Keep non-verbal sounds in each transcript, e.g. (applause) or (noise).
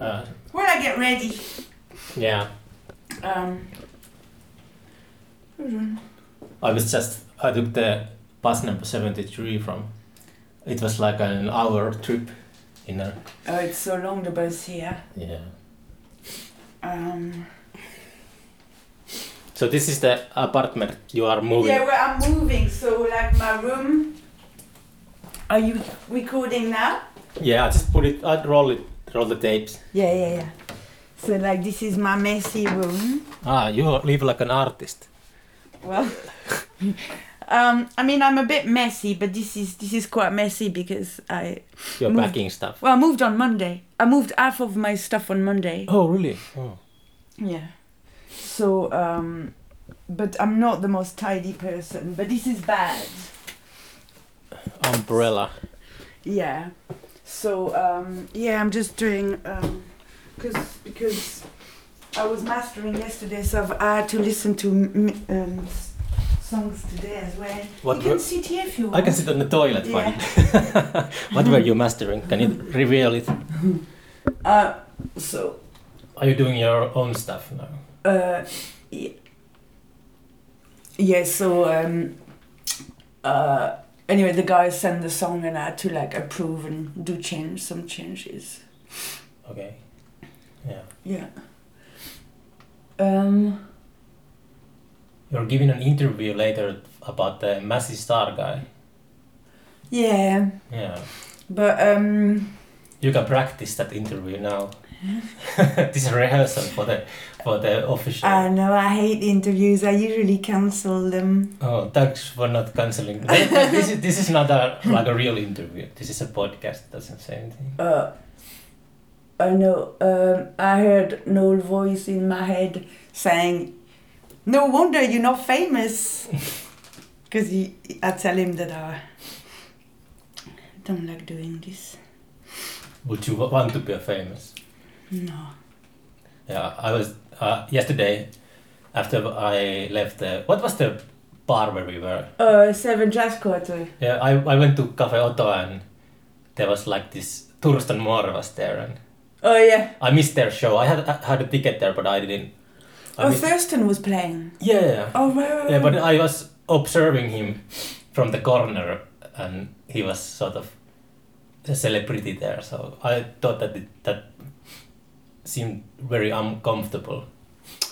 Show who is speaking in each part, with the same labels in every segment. Speaker 1: Uh,
Speaker 2: When I get ready.
Speaker 1: yeah,
Speaker 2: Um. oh, hold on.
Speaker 1: I was just I took the bus number seventy three from. It was like an hour trip, in a
Speaker 2: Oh, it's so long the bus here.
Speaker 1: yeah.
Speaker 2: Um.
Speaker 1: So this is the apartment you are moving.
Speaker 2: Yeah, well, I'm moving, so like my room. Are you recording now?
Speaker 1: Yeah, I just put it. I roll it. Roll the tapes.
Speaker 2: Yeah, yeah, yeah. So like this is my messy room.
Speaker 1: Ah, you live like an artist.
Speaker 2: Well, (laughs) um, I mean, I'm a bit messy, but this is this is quite messy because I
Speaker 1: You're
Speaker 2: Move.
Speaker 1: packing stuff.
Speaker 2: well, I moved on Monday. I moved half of my stuff on Monday.
Speaker 1: Oh really? Oh.
Speaker 2: Yeah. So, um, but I'm not the most tidy person. But this is bad.
Speaker 1: Umbrella.
Speaker 2: Yeah. So um, yeah, I'm just doing um, cause, because I was mastering yesterday, so I've had to listen to m- m- um, s- songs today as well.
Speaker 1: What
Speaker 2: you can
Speaker 1: were-
Speaker 2: sit here if you want.
Speaker 1: I can sit on the toilet.
Speaker 2: Yeah.
Speaker 1: fine. (laughs) what were you mastering? Can you reveal it?
Speaker 2: Uh, so
Speaker 1: Are you doing your own stuff now?
Speaker 2: uh, y- yeah. So um, uh, anyway, the guy sent the song, and I had to like approve and do change some changes.
Speaker 1: Okay. Yeah.
Speaker 2: Yeah. Um.
Speaker 1: You're giving an interview later about the Massey Star guy.
Speaker 2: Yeah.
Speaker 1: Yeah.
Speaker 2: But um.
Speaker 1: You can practice that interview now. (laughs) this is rehearsal for the for the official.
Speaker 2: I know, I hate interviews. I usually cancel them.
Speaker 1: oh, thanks for not canceling. Th- th- this is this is not a like a real interview. This is a podcast. Doesn't say anything.
Speaker 2: Uh, I know, um, I heard an old voice in my head saying, No wonder you're not famous. (laughs) Because I tell him that I don't like doing this.
Speaker 1: Would you wa- want to be famous?
Speaker 2: No.
Speaker 1: Yeah, I was uh, yesterday after I left the what was the bar where we were?
Speaker 2: Uh, seven jazz quarter.
Speaker 1: Yeah, I, I went to Cafe Otto and there was like this Turstan Moore was there and
Speaker 2: Oh, yeah.
Speaker 1: I missed their show. I had I had a ticket there but I didn't. I
Speaker 2: Oh,
Speaker 1: missed-
Speaker 2: Thurston was playing.
Speaker 1: yeah, yeah.
Speaker 2: Oh, right, right,
Speaker 1: Yeah, but
Speaker 2: right.
Speaker 1: I was observing him from the corner, and he was sort of a celebrity there. So I thought that it, that seemed very uncomfortable.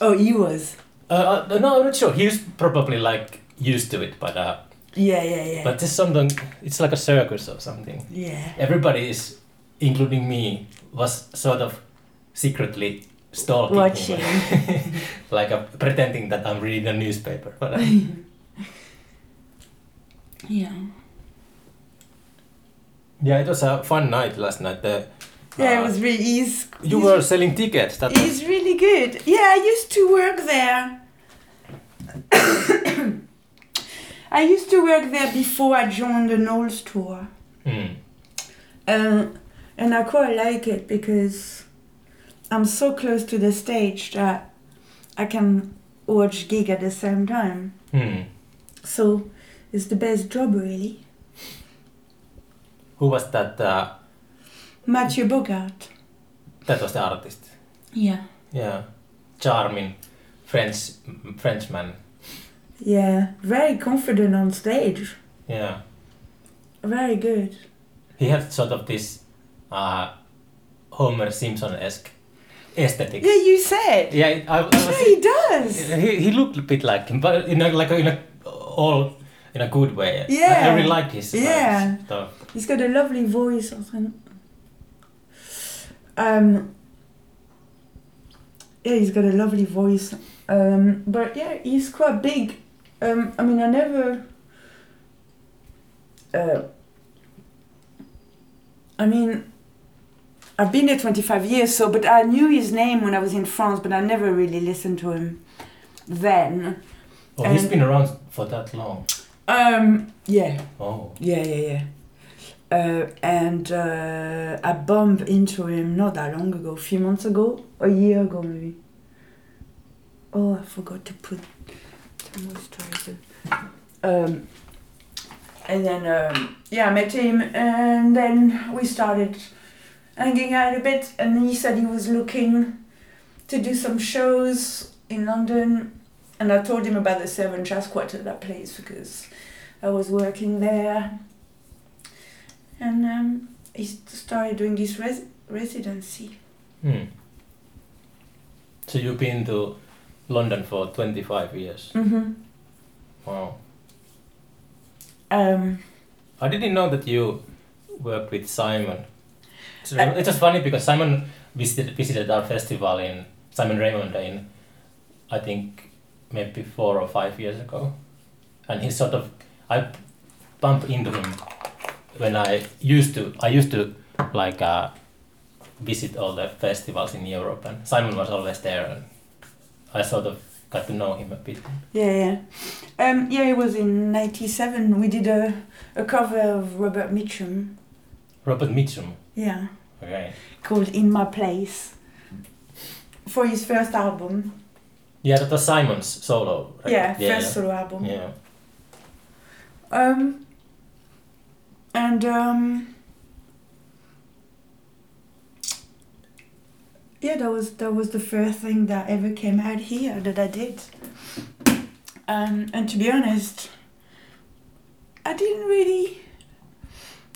Speaker 2: Oh, he was.
Speaker 1: Uh, uh, no, I'm not sure. He's probably like used to it, but uh,
Speaker 2: Yeah, yeah, yeah.
Speaker 1: but it's something. It's like a circus or something.
Speaker 2: yeah. (laughs)
Speaker 1: Everybody is, including me, was sort of secretly stalking
Speaker 2: Watching.
Speaker 1: him, (laughs) like uh, pretending that I'm reading a newspaper. But uh,
Speaker 2: yeah.
Speaker 1: yeah, it was a fun night last night. The,
Speaker 2: Yeah,
Speaker 1: uh,
Speaker 2: it was really. He's,
Speaker 1: You
Speaker 2: he's
Speaker 1: were selling tickets. That was,
Speaker 2: It's really good. Yeah, I used to work there. (coughs) I used to work there before I joined the Knowles tour.
Speaker 1: Mm.
Speaker 2: Um, and I quite like it because I'm so close to the stage that I can watch gig at the same time.
Speaker 1: Mm.
Speaker 2: So it's the best job, really.
Speaker 1: Who was that? Uh,
Speaker 2: Mathieu Bogart.
Speaker 1: that was the artist.
Speaker 2: Yeah.
Speaker 1: Yeah, charming French Frenchman.
Speaker 2: Yeah, very confident on stage.
Speaker 1: Yeah,
Speaker 2: Very good.
Speaker 1: he had sort of this uh, Homer Simpson esque aesthetic.
Speaker 2: Yeah, you said.
Speaker 1: Yeah, I, I
Speaker 2: Yeah,
Speaker 1: was,
Speaker 2: he does.
Speaker 1: he he looked a bit like him, but in a, like a, in a all in a good way. I, I
Speaker 2: Yeah.
Speaker 1: really liked his like,
Speaker 2: Yeah.
Speaker 1: stuff.
Speaker 2: He's got a lovely voice. or something. Um, yeah, he's got a lovely voice. Um, but yeah, he's quite big. Um, I mean, I never. Uh, I mean, I've been there 25 years, so, but I knew his name when I was in France, but I never really listened to him then.
Speaker 1: Oh, he's
Speaker 2: And-
Speaker 1: been around for that long.
Speaker 2: Um, yeah.
Speaker 1: Oh,
Speaker 2: Yeah, yeah, yeah. Uh, and uh, I bumped into him not that long ago, a few months ago, a year ago maybe. Oh, I forgot to put the moisturizer. Um, and then, um, yeah, I met him, and then we started hanging out a bit, and he said he was looking to do some shows in London. And I told him about the Seven Jazz Quartet that place because I was working there. And um, he started doing this res- residency.
Speaker 1: Hmm. So you've been to London for 25 years.
Speaker 2: Mm-hmm.
Speaker 1: Wow.
Speaker 2: Um,
Speaker 1: I didn't know that you worked with Simon. So it was funny because Simon visited, visited our festival in Simon Raymond in, I think, maybe four or five years ago. And he sort of, I bump into him when I used to, I used to like uh, visit all the festivals in Europe and Simon was always there and I sort of got to know him a bit.
Speaker 2: Yeah, yeah. Um, yeah, it was in 97. We did a, a cover of Robert Mitchum.
Speaker 1: Robert Mitchum,
Speaker 2: Yeah.
Speaker 1: okay.
Speaker 2: Called In My Place. For his first album.
Speaker 1: Yeah, that was Simon's solo. record.
Speaker 2: Yeah, first solo album.
Speaker 1: Yeah.
Speaker 2: Um, and, um, yeah, that was, that was the first thing that ever came out here that I did. Um, and to be honest, I didn't really,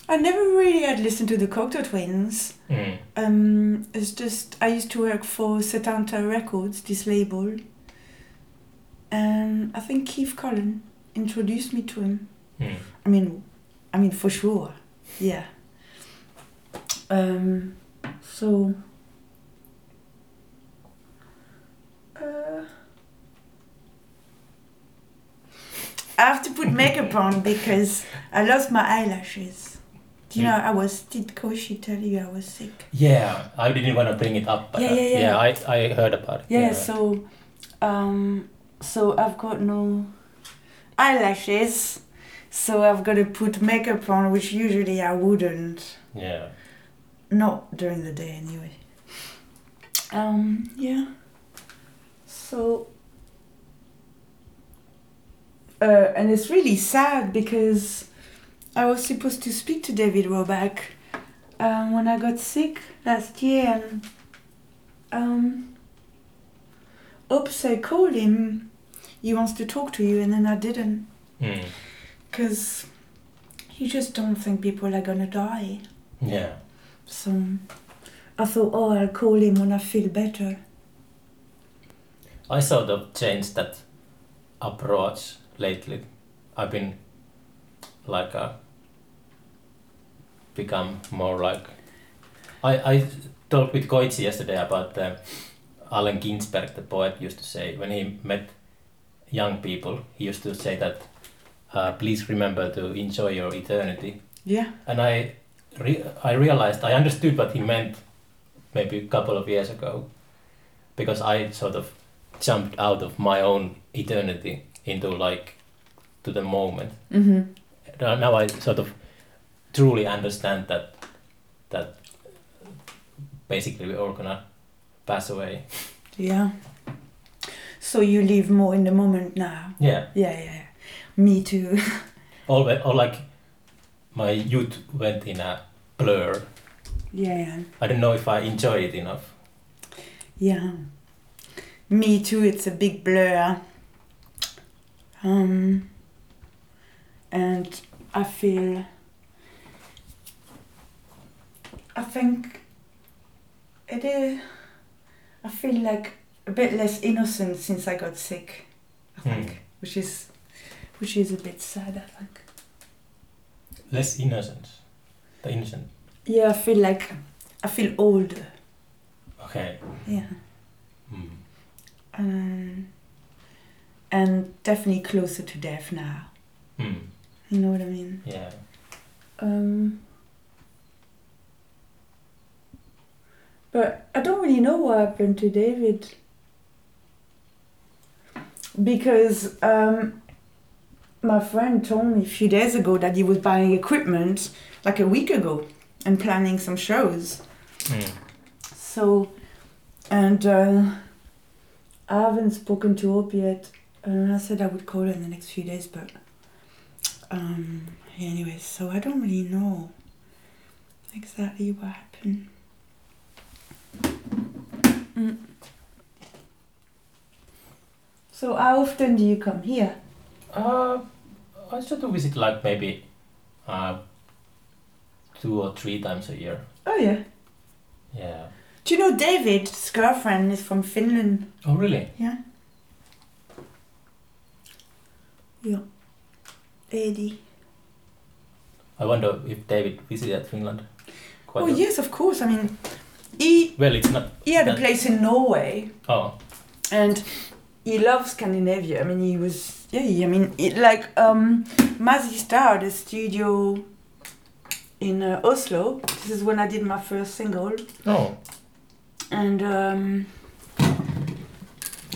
Speaker 2: I never really had listened to the Cocteau Twins.
Speaker 1: Mm.
Speaker 2: Um, it's just I used to work for Setanta Records, this label, and I think Keith Cullen introduced me to him.
Speaker 1: Mm.
Speaker 2: I mean, I mean for sure, yeah. Um, so. Uh, I have to put makeup on because I lost my eyelashes. Do you know I was did Koshi tell you I was sick?
Speaker 1: Yeah, I didn't want to bring it up, but
Speaker 2: Yeah,
Speaker 1: uh,
Speaker 2: yeah, yeah.
Speaker 1: I, I heard about it.
Speaker 2: Yeah, so um so I've got no eyelashes. So I've got to put makeup on which usually I wouldn't.
Speaker 1: yeah.
Speaker 2: Not during the day anyway. Um yeah. So uh, and it's really sad because I was supposed to speak to David Roback um, when I got sick last year and um, Opse called him. He wants to talk to you, and then I didn't
Speaker 1: Mm.
Speaker 2: because you just don't think people are gonna die.
Speaker 1: Yeah.
Speaker 2: So I thought, oh, I'll call him when I feel better.
Speaker 1: I sort of changed that approach lately. I've been like a become more like I I talked with Koichi yesterday about uh, Allen Ginsberg, the poet, used to say when he met young people, he used to say that uh, please remember to enjoy your eternity
Speaker 2: Yeah.
Speaker 1: and I, re- I realized I understood what he meant maybe a couple of years ago, because I sort of jumped out of my own eternity into like to the moment.
Speaker 2: Mm-hmm.
Speaker 1: Now now I sort of truly understand that that basically we're all gonna pass away.
Speaker 2: Yeah. So you live more in the moment now.
Speaker 1: Yeah,
Speaker 2: Yeah, yeah. yeah. Me too. (laughs)
Speaker 1: all or like my youth went in a blur.
Speaker 2: yeah, yeah.
Speaker 1: I don't know if I enjoy it enough.
Speaker 2: Yeah. Me too, it's a big blur. Um, and I feel. I think it is. I feel like a bit less innocent since I got sick, I
Speaker 1: Hmm.
Speaker 2: think, which is which is a bit sad, I think.
Speaker 1: Less innocence, the innocent.
Speaker 2: Yeah, I feel like I feel older.
Speaker 1: Okay.
Speaker 2: Yeah.
Speaker 1: Hmm.
Speaker 2: Um, and definitely closer to death now.
Speaker 1: Hmm.
Speaker 2: You know what I mean?
Speaker 1: Yeah.
Speaker 2: Um, but I don't really know what happened to David. Because um, my friend told me a few days ago that he was buying equipment like a week ago and planning some shows.
Speaker 1: Mm.
Speaker 2: So, and uh, I haven't spoken to Hope yet. And I said I would call her in the next few days, but um, anyway, so I don't really know exactly what happened. Mm. So how often do you come here?
Speaker 1: Uh, I try to visit like maybe uh, two or three times a year.
Speaker 2: Oh yeah.
Speaker 1: Yeah.
Speaker 2: Do you know David's girlfriend is from Finland?
Speaker 1: Oh, really?
Speaker 2: Yeah. Yeah. Eddie.
Speaker 1: I wonder if David visited Finland. Quite
Speaker 2: Oh
Speaker 1: a-
Speaker 2: yes, of course. I mean, he
Speaker 1: Well, it's not.
Speaker 2: he had a
Speaker 1: That-
Speaker 2: place in Norway,
Speaker 1: Oh,
Speaker 2: and he loves Scandinavia. I mean, he was yeah. I mean, it, like um, Mazzy started a studio in uh, Oslo. This is when I did my first single,
Speaker 1: no.
Speaker 2: and um,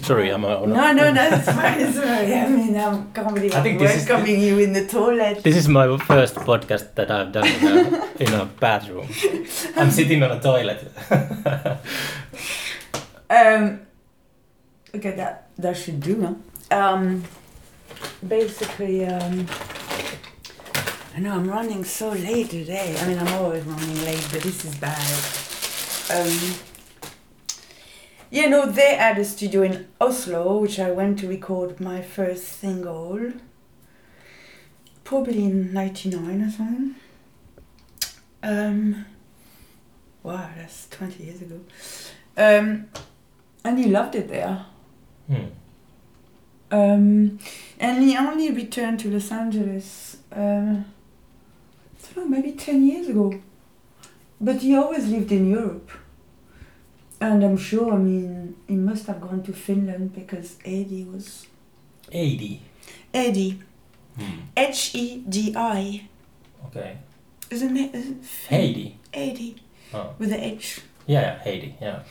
Speaker 1: Sorry, I'm. Uh,
Speaker 2: no, no, no, it's fine. It's fine. (laughs) I mean, I can't believe
Speaker 1: I
Speaker 2: I'm
Speaker 1: think this is-
Speaker 2: welcoming you in the toilet.
Speaker 1: (laughs) This is my first podcast that I've done in a,
Speaker 2: (laughs)
Speaker 1: in a bathroom. I'm sitting on a toilet.
Speaker 2: Um, okay, that that should do. No? Um, basically, um, I know I'm running so late today. I mean, I'm always running late, but this is bad. Um, yeah, no, they had a studio in Oslo, which I went to record my first single. Probably in '99 or something. Um, wow, that's 20 years ago. Um, and he loved it there.
Speaker 1: Hmm.
Speaker 2: Um, and he only returned to Los Angeles, um, I don't know, maybe 10 years ago. But he always lived in Europe. And I'm sure, I mean, he must have gone to Finland because Eddie was.
Speaker 1: 80.
Speaker 2: Eddie.
Speaker 1: Hmm.
Speaker 2: H E D I.
Speaker 1: Okay.
Speaker 2: Isn't it? Isn't
Speaker 1: Heidi.
Speaker 2: Eddie.
Speaker 1: Oh.
Speaker 2: With the H.
Speaker 1: Yeah, yeah, Heidi. Yeah.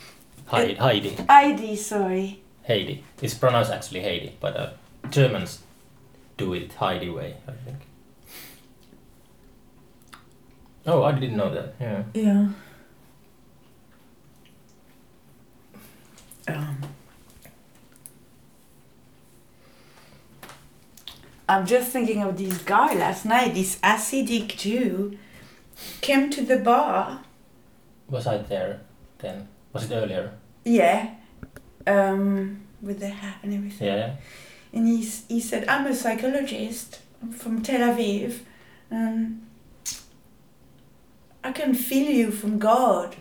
Speaker 1: Heidi. Heidi.
Speaker 2: ID, sorry.
Speaker 1: Heidi. It's pronounced actually Heidi, but uh, Germans do it Heidi way, I think. Oh, I didn't know that. Yeah.
Speaker 2: Yeah. Um, I'm just thinking of this guy last night, this acidic Jew came to the bar.
Speaker 1: Was I there then? Was it earlier?
Speaker 2: Yeah. Um, with the hat and everything.
Speaker 1: Yeah. yeah.
Speaker 2: And he, s- he said, I'm a psychologist I'm from Tel Aviv. Um, I can feel you from God.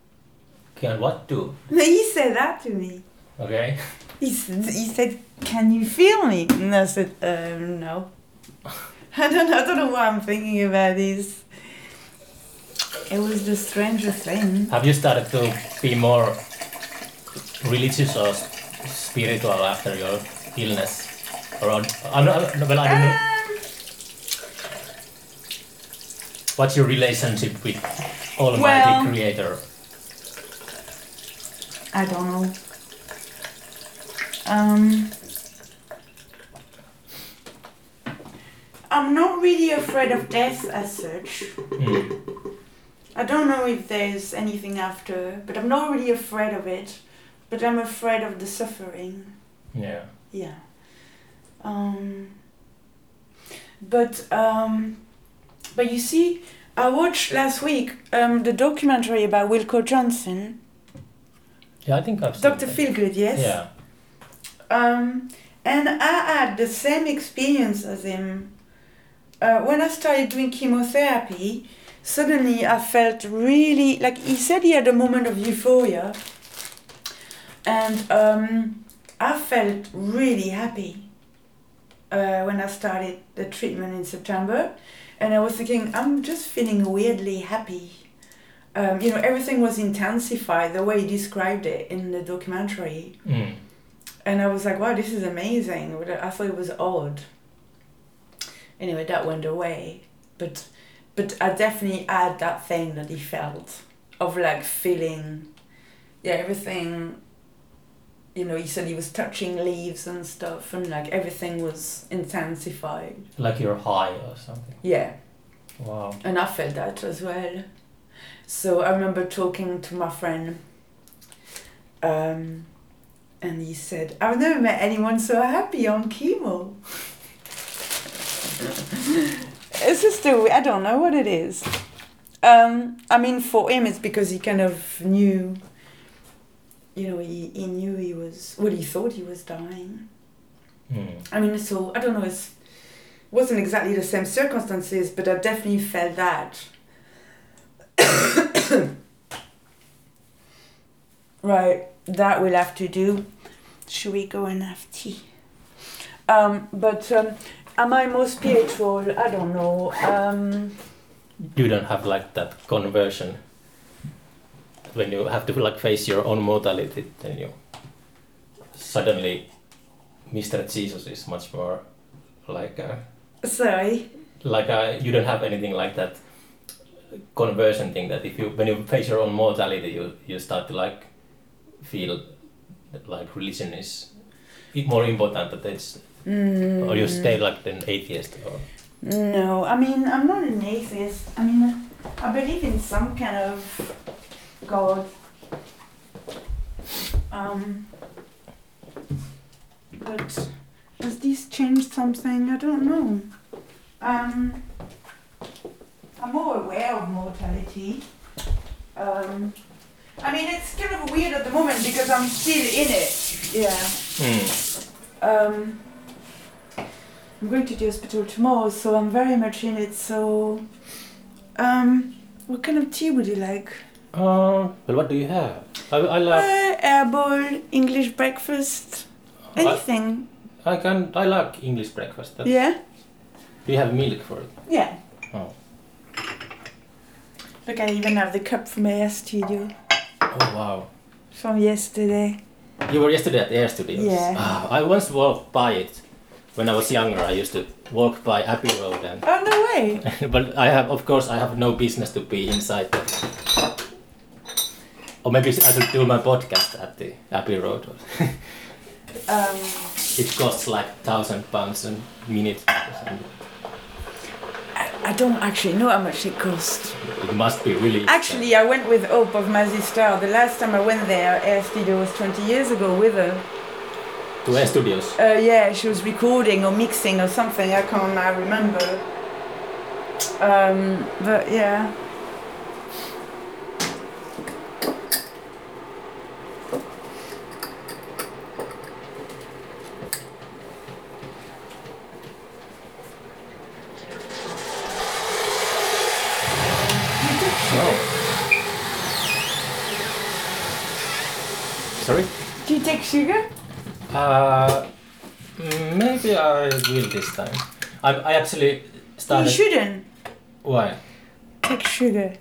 Speaker 2: (laughs)
Speaker 1: Can what do?
Speaker 2: He said that to me.
Speaker 1: Okay. (laughs)
Speaker 2: He, s- he said, "Can you feel me?" And I said, um, "No." (laughs) I don't. I don't know why I'm thinking about this. It was the strangest thing.
Speaker 1: Have you started to be more religious or s- spiritual after your illness? Or on, I'm not, I'm not- well, I don't know.
Speaker 2: Um,
Speaker 1: What's your relationship with Almighty
Speaker 2: Well-
Speaker 1: Creator?
Speaker 2: I don't know. Um, I'm not really afraid of death as such.
Speaker 1: Hmm.
Speaker 2: I don't know if there's anything after, but I'm not really afraid of it. But I'm afraid of the suffering.
Speaker 1: Yeah.
Speaker 2: Yeah. Um, but um, but you see, I watched last week um, the documentary about Wilco Johnson,
Speaker 1: Yeah, I think I've seen
Speaker 2: Doctor
Speaker 1: that.
Speaker 2: Feelgood, yes.
Speaker 1: Yeah.
Speaker 2: Um, and I had the same experience as him. Uh, when I started doing chemotherapy, suddenly I felt really like he said he had a moment of euphoria, and um, I felt really happy uh, when I started the treatment in September. And I was thinking, I'm just feeling weirdly happy. Um, you know, everything was intensified the way he described it in the documentary
Speaker 1: Hmm.
Speaker 2: and I was like, wow, this is amazing. But I thought it was odd. Anyway, that went away, but but I definitely had that thing that he felt of like feeling, yeah, everything. You know, he said he was touching leaves and stuff, and like everything was intensified.
Speaker 1: Like you're high or something.
Speaker 2: Yeah,
Speaker 1: Wow.
Speaker 2: and I felt that as well. So I remember talking to my friend, um, and he said, "I've never met anyone so happy on chemo." (laughs) it's just a, I don't know what it is. Um, I mean, for him, it's because he kind of knew you know, he, he knew he was, well, he thought he was dying.
Speaker 1: Hmm.
Speaker 2: I mean, so I don't know, it's wasn't exactly the same circumstances, but I definitely felt that. (coughs) right, that we'll have to do. Should we go and have tea? Um, but um, am I more spiritual? I don't know. Um,
Speaker 1: You don't have like that conversion when you have to like face your own mortality. Then you suddenly, Mr. Jesus is much more like a,
Speaker 2: sorry.
Speaker 1: like a, you don't have anything like that conversion thing that if you when you face your own mortality you you start to like feel that, like religion is more important that it's
Speaker 2: Mm.
Speaker 1: or you stay like an atheist or
Speaker 2: No, I mean, I'm not an atheist. I mean, I believe in some kind of God. Um, but has this changed something? I don't know. Um, I'm more aware of mortality. Um, I mean, it's kind of weird at the moment because I'm still in it. Yeah. Um, I'm going to the hospital tomorrow, so I'm very much in it. So, um, what kind of tea would you like?
Speaker 1: Uh, well, what do you have? I, I like
Speaker 2: Uh, airball, English breakfast,
Speaker 1: I,
Speaker 2: anything.
Speaker 1: I can I like English breakfast. That,
Speaker 2: Yeah?
Speaker 1: Do you have milk for it?
Speaker 2: Yeah.
Speaker 1: Oh.
Speaker 2: Look, I even have the cup from Air Studio
Speaker 1: Oh wow!
Speaker 2: from yesterday.
Speaker 1: You were yesterday at Air Studios.
Speaker 2: Yeah.
Speaker 1: Ah, I once walked by it when I was younger. I used to walk by Abbey Road, and (laughs)
Speaker 2: Oh, no way!
Speaker 1: but I have of course I have no business to be inside. The, or maybe I should do my podcast at the Abbey Road.
Speaker 2: Um,
Speaker 1: it costs like thousand pounds a minute. or something.
Speaker 2: I, I don't actually know how much it costs.
Speaker 1: It must be really.
Speaker 2: Actually, I went with Hope of my sister. The last time I went there, Air Studio was 20 years ago with her.
Speaker 1: expensive. to Air Studios.
Speaker 2: Uh, yeah, she was recording or mixing or something. I can't now remember. Um, but yeah.
Speaker 1: Oh. Sorry?
Speaker 2: Do you take sugar?
Speaker 1: Uh, maybe I will this time. I, I actually
Speaker 2: You
Speaker 1: started.
Speaker 2: shouldn't
Speaker 1: Why?
Speaker 2: take sugar.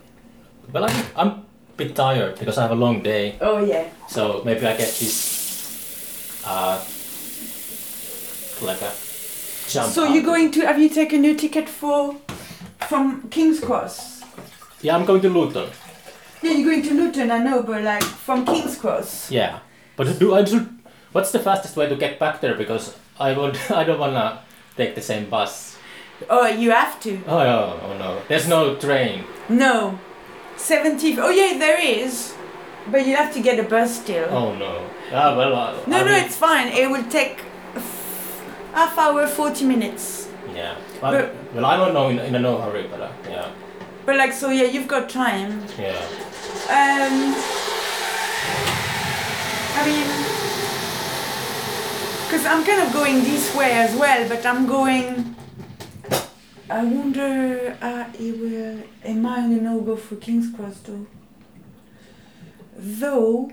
Speaker 1: Well, I'm, I'm a bit tired because I have a long day,
Speaker 2: Oh yeah.
Speaker 1: so maybe I get this. Uh, like a jump.
Speaker 2: So
Speaker 1: out.
Speaker 2: you're going to? Have you taken your ticket for from King's Cross?
Speaker 1: Yeah, I'm going to Luton.
Speaker 2: Yeah, you're going to Luton. I know, but like from King's Cross.
Speaker 1: Yeah, but do I should? What's the fastest way to get back there? Because I want. (laughs) I don't wanna take the same bus.
Speaker 2: Oh, you have to.
Speaker 1: Oh no! Oh no! There's no train.
Speaker 2: No, seventy. Oh yeah, there is, but you have to get a bus still.
Speaker 1: Oh no. Ah, well, I,
Speaker 2: No,
Speaker 1: I
Speaker 2: no,
Speaker 1: will-
Speaker 2: it's fine. It will take f- half hour, 40 minutes.
Speaker 1: Yeah. I,
Speaker 2: But-
Speaker 1: well, I don't know in, in a no hurry, but uh, yeah.
Speaker 2: But like, so yeah, you've got time.
Speaker 1: Yeah.
Speaker 2: Um, I mean, because I'm kind of going this way as well, but I'm going. I wonder, uh, it will, am I on a no go for King's Cross though? Though,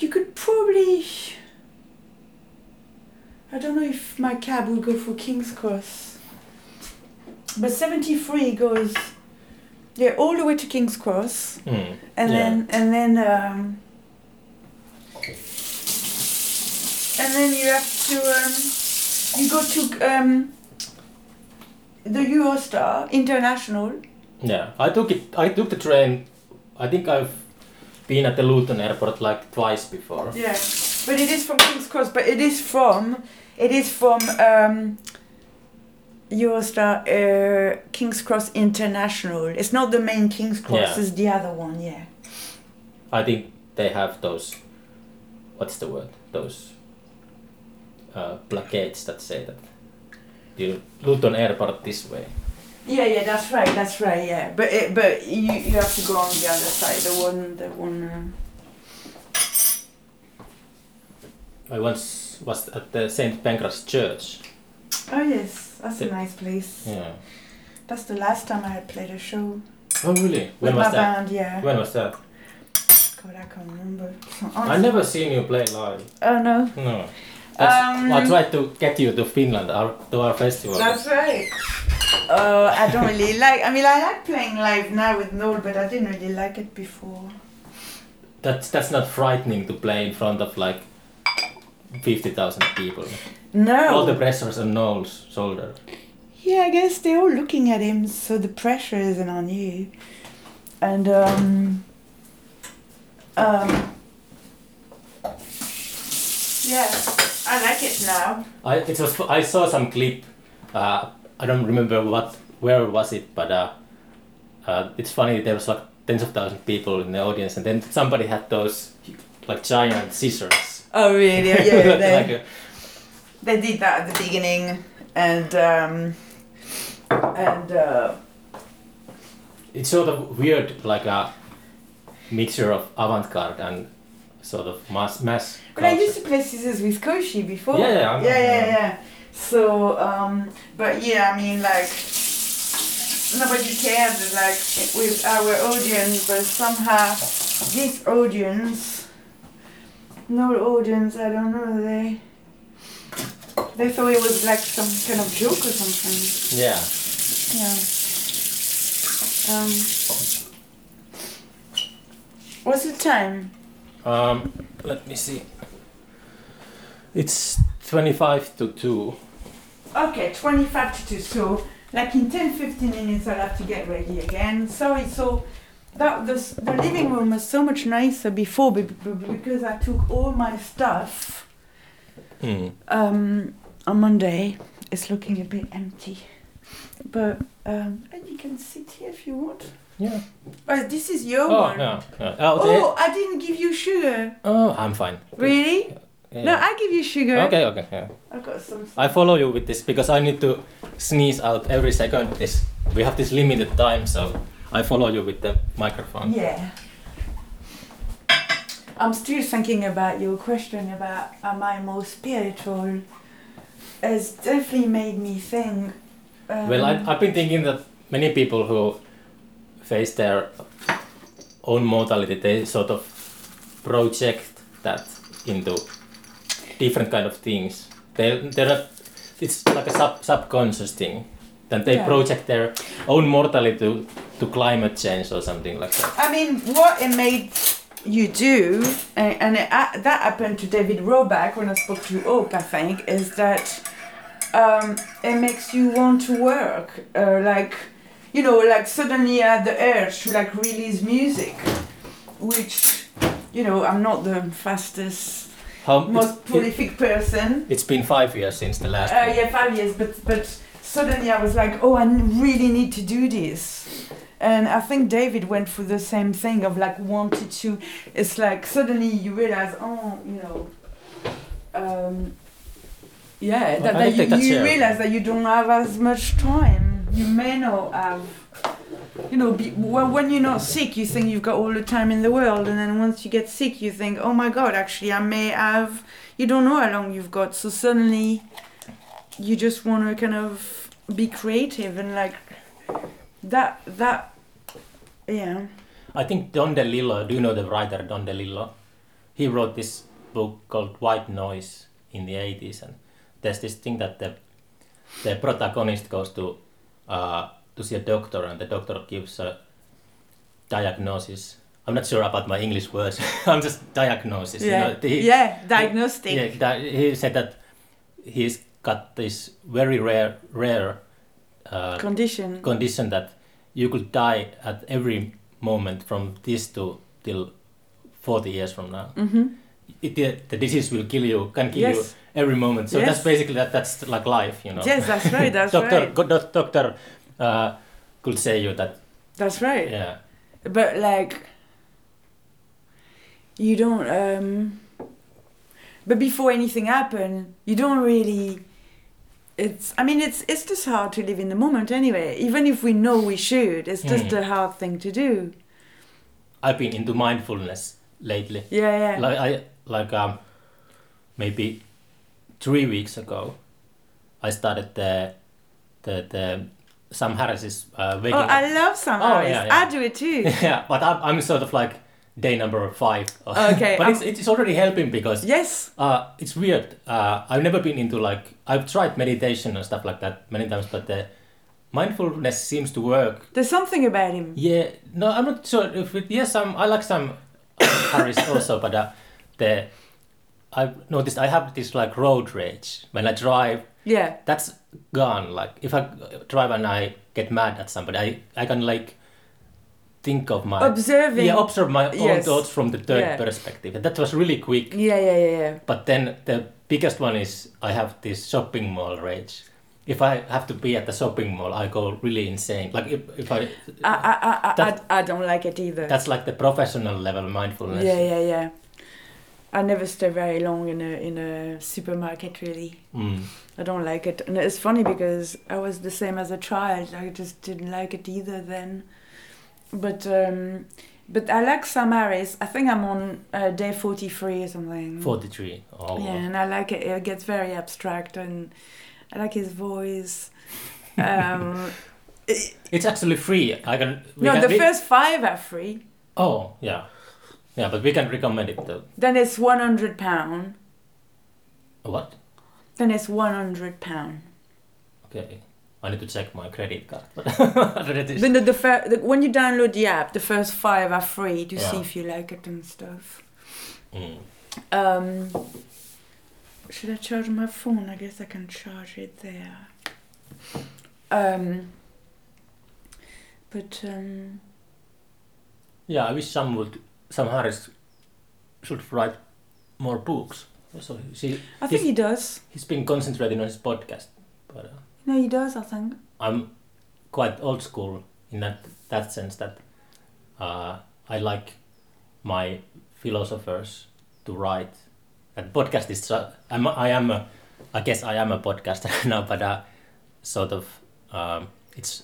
Speaker 2: you could probably. I don't know if my cab will go for King's Cross. But 73 goes yeah, all the way to King's Cross,
Speaker 1: Mm.
Speaker 2: and
Speaker 1: Yeah.
Speaker 2: then and then um, and then you have to um, you go to um, the Eurostar International.
Speaker 1: Yeah. I took it. I took the train. I think I've been at the Luton airport like twice before.
Speaker 2: Yeah, but it is from King's Cross, but it is from it is from um, Eurostar uh, King's Cross International. It's not the main King's Cross;
Speaker 1: Yeah.
Speaker 2: it's the other one. Yeah.
Speaker 1: I think they have those. What's the word? Those uh, plaquettes that say that. You Luton airport this way.
Speaker 2: Yeah, yeah, that's right, that's right, yeah. But it, but you you have to go on the other side, the one, the one. Um,
Speaker 1: I once was at the St. Pancras Church.
Speaker 2: oh yes, that's a
Speaker 1: Yeah.
Speaker 2: nice place.
Speaker 1: Yeah.
Speaker 2: That's the last time I had played a show
Speaker 1: Oh, really?
Speaker 2: with
Speaker 1: When
Speaker 2: my
Speaker 1: was that?
Speaker 2: band. Yeah.
Speaker 1: When was that?
Speaker 2: God, I can't remember. So,
Speaker 1: I never seen you play live.
Speaker 2: Oh no.
Speaker 1: No. That's,
Speaker 2: Um,
Speaker 1: I tried to get you to Finland our, to our festival.
Speaker 2: That's right. Uh, I don't really like. I mean, I like playing live now with Noel, but I didn't really like it before.
Speaker 1: That's that's not frightening to play in front of like fifty thousand people.
Speaker 2: No.
Speaker 1: All the pressures on Noel's shoulder.
Speaker 2: Yeah, I guess they're all looking at him, so the pressure isn't on you. And um, um, yeah, I like it now.
Speaker 1: I it was I saw some clip. Uh, I don't remember what where was it, but uh, uh, it's funny. There was like tens of thousand people in the audience, and then somebody had those like giant scissors.
Speaker 2: Oh really? (laughs)
Speaker 1: (laughs)
Speaker 2: Yeah, they,
Speaker 1: like a,
Speaker 2: they did that at the beginning, and um, and uh,
Speaker 1: it's sort of weird, like a mixture of avant-garde and sort of mass mass.
Speaker 2: but I
Speaker 1: culture.
Speaker 2: used to play scissors with Koshi before.
Speaker 1: Yeah, yeah, I know,
Speaker 2: yeah, yeah,
Speaker 1: yeah.
Speaker 2: yeah. So, um, but yeah, I mean, like, nobody cared, like, with our audience, but somehow this audience, no audience, I don't know, they, they thought it was like some kind of joke or something.
Speaker 1: Yeah.
Speaker 2: Yeah. Um, what's the time?
Speaker 1: Um, let me see. It's 25 to 2.
Speaker 2: Okay, 25 to 2. So, like in 10 15 minutes, I'll have to get ready again. Sorry, so that the, s- the living room was so much nicer before be- be- because I took all my stuff um, on Monday. It's looking a bit empty. But um, and you can sit here if you want.
Speaker 1: Yeah.
Speaker 2: Oh, this is your
Speaker 1: Oh,
Speaker 2: one.
Speaker 1: no. no. Oh, the-
Speaker 2: Oh, I didn't give you sugar.
Speaker 1: oh, I'm fine.
Speaker 2: Really?
Speaker 1: Yeah.
Speaker 2: No, I give you sugar.
Speaker 1: okay, okay. Yeah.
Speaker 2: I got some. stuff.
Speaker 1: I follow you with this because I need to sneeze out every second. This We have this limited time, so I follow you with the microphone.
Speaker 2: Yeah. I'm still thinking about your question about am I more spiritual? It's definitely made me think. Um,
Speaker 1: Well, I, I've been thinking that many people who face their own mortality, they sort of project that into different kind of things. They, there are, it's like a sub, subconscious thing. Then they
Speaker 2: Yeah.
Speaker 1: project their own mortality to, to climate change or something like that.
Speaker 2: I mean, what it made you do, and, and it, uh, that happened to David Roback when I spoke to Oak, I think, is that um, it makes you want to work. Uh, like, you know, like suddenly I had the urge to like release music, which, you know, I'm not the fastest,
Speaker 1: How,
Speaker 2: most
Speaker 1: it's, it,
Speaker 2: prolific person.
Speaker 1: it's been five years since the last.
Speaker 2: Uh,
Speaker 1: one.
Speaker 2: yeah, five years, but but suddenly I was like, oh, I n- really need to do this, and I think David went through the same thing of like wanted to. It's like suddenly you realize, oh, you know, um, yeah,
Speaker 1: Well,
Speaker 2: that,
Speaker 1: I
Speaker 2: that
Speaker 1: don't think
Speaker 2: you,
Speaker 1: that's
Speaker 2: you
Speaker 1: fair.
Speaker 2: realize that you don't have as much time. You may not have. You know, be, well, when you're not sick, you think you've got all the time in the world, and then once you get sick, you think, oh my god, actually, I may have. You don't know how long you've got, so suddenly you just want to kind of be creative and like that that yeah
Speaker 1: I think Don DeLillo, do you know the writer Don DeLillo? He wrote this book called White Noise in the 80s and there's this thing that the the protagonist goes to uh, to see a doctor and the doctor gives a diagnosis. I'm not sure about my English words. (laughs) I'm just diagnosis.
Speaker 2: yeah
Speaker 1: You know, he,
Speaker 2: yeah diagnostic
Speaker 1: yeah, that, he said that he's got this very rare rare uh,
Speaker 2: condition
Speaker 1: condition that you could die at every moment from this to till 40 years from now.
Speaker 2: mm-hmm.
Speaker 1: It, the, the disease will kill you, can kill
Speaker 2: yes
Speaker 1: you every moment. So
Speaker 2: Yes.
Speaker 1: that's basically that, that's like life, you know.
Speaker 2: yes that's right
Speaker 1: (laughs)
Speaker 2: that's
Speaker 1: doctor,
Speaker 2: right
Speaker 1: go- doc- doctor uh, could say you that,
Speaker 2: that's right
Speaker 1: yeah.
Speaker 2: but like you don't um but before anything happened you don't really it's i mean it's it's just hard to live in the moment anyway even if we know we should it's just
Speaker 1: Mm.
Speaker 2: a hard thing to do
Speaker 1: I've been into mindfulness lately.
Speaker 2: yeah yeah
Speaker 1: Like I like um maybe three weeks ago, I started the the the Sam Harris's uh, waking
Speaker 2: oh
Speaker 1: up.
Speaker 2: i love some
Speaker 1: Oh,
Speaker 2: hours.
Speaker 1: yeah, yeah.
Speaker 2: i do it too
Speaker 1: (laughs) yeah, but I'm, I'm sort of like day number five. (laughs)
Speaker 2: Okay,
Speaker 1: but
Speaker 2: I'm-
Speaker 1: it's, it's already helping because
Speaker 2: yes
Speaker 1: uh, it's weird. Uh, I've never been into like I've tried meditation and stuff like that many times, but the mindfulness seems to work.
Speaker 2: there's something about him
Speaker 1: Yeah, no, I'm not sure if it. Yes, I'm, I like some (coughs) Harris also, but uh, the I've noticed I have this like road rage when I drive.
Speaker 2: yeah
Speaker 1: That's gone. Like if I drive and I get mad at somebody, I, I can like think of my
Speaker 2: observing
Speaker 1: yeah, observe my own
Speaker 2: Yes.
Speaker 1: thoughts from the third
Speaker 2: Yeah.
Speaker 1: perspective. And that was really quick.
Speaker 2: yeah yeah yeah yeah
Speaker 1: But then the biggest one is I have this shopping mall rage. If I have to be at the shopping mall, I go really insane. Like if, if I,
Speaker 2: I, I, I,
Speaker 1: That-
Speaker 2: I, I don't like it either
Speaker 1: that's like the professional level mindfulness.
Speaker 2: yeah yeah yeah i never stay very long in a in a supermarket really
Speaker 1: Mm.
Speaker 2: I don't like it. And it's funny because I was the same as a child. I just didn't like it either then. But um, but I like Samaris. I think I'm on uh, day 43 or
Speaker 1: 43.
Speaker 2: something.
Speaker 1: Oh,
Speaker 2: Yeah,
Speaker 1: wow.
Speaker 2: and I like it. It gets very abstract and I like his voice. Um,
Speaker 1: It's actually free. I can. we
Speaker 2: no,
Speaker 1: can-
Speaker 2: the
Speaker 1: we-
Speaker 2: first five are free.
Speaker 1: Oh, yeah. Yeah, but we can recommend it. To,
Speaker 2: Then it's 100 pound.
Speaker 1: what?
Speaker 2: Then it's 100 pound.
Speaker 1: Okay. I need to check my credit card. (laughs) But it is-
Speaker 2: Then the, the, fir- the when you download the app, the first five are free to see
Speaker 1: Yeah.
Speaker 2: if you like it and stuff.
Speaker 1: Mm.
Speaker 2: Um, should I charge my phone? I guess I can charge it there. Um, but um,
Speaker 1: Yeah, I wish some would some Harris should write more books. So she
Speaker 2: I think
Speaker 1: Yes.
Speaker 2: he does.
Speaker 1: he's been concentrating on his podcast, but uh,
Speaker 2: No, he does. I think.
Speaker 1: I'm quite old school in that that sense that uh, I like my philosophers to write. And podcast is su- I'm, I am a, I guess I am a podcaster (laughs) now, but uh, sort of um, it's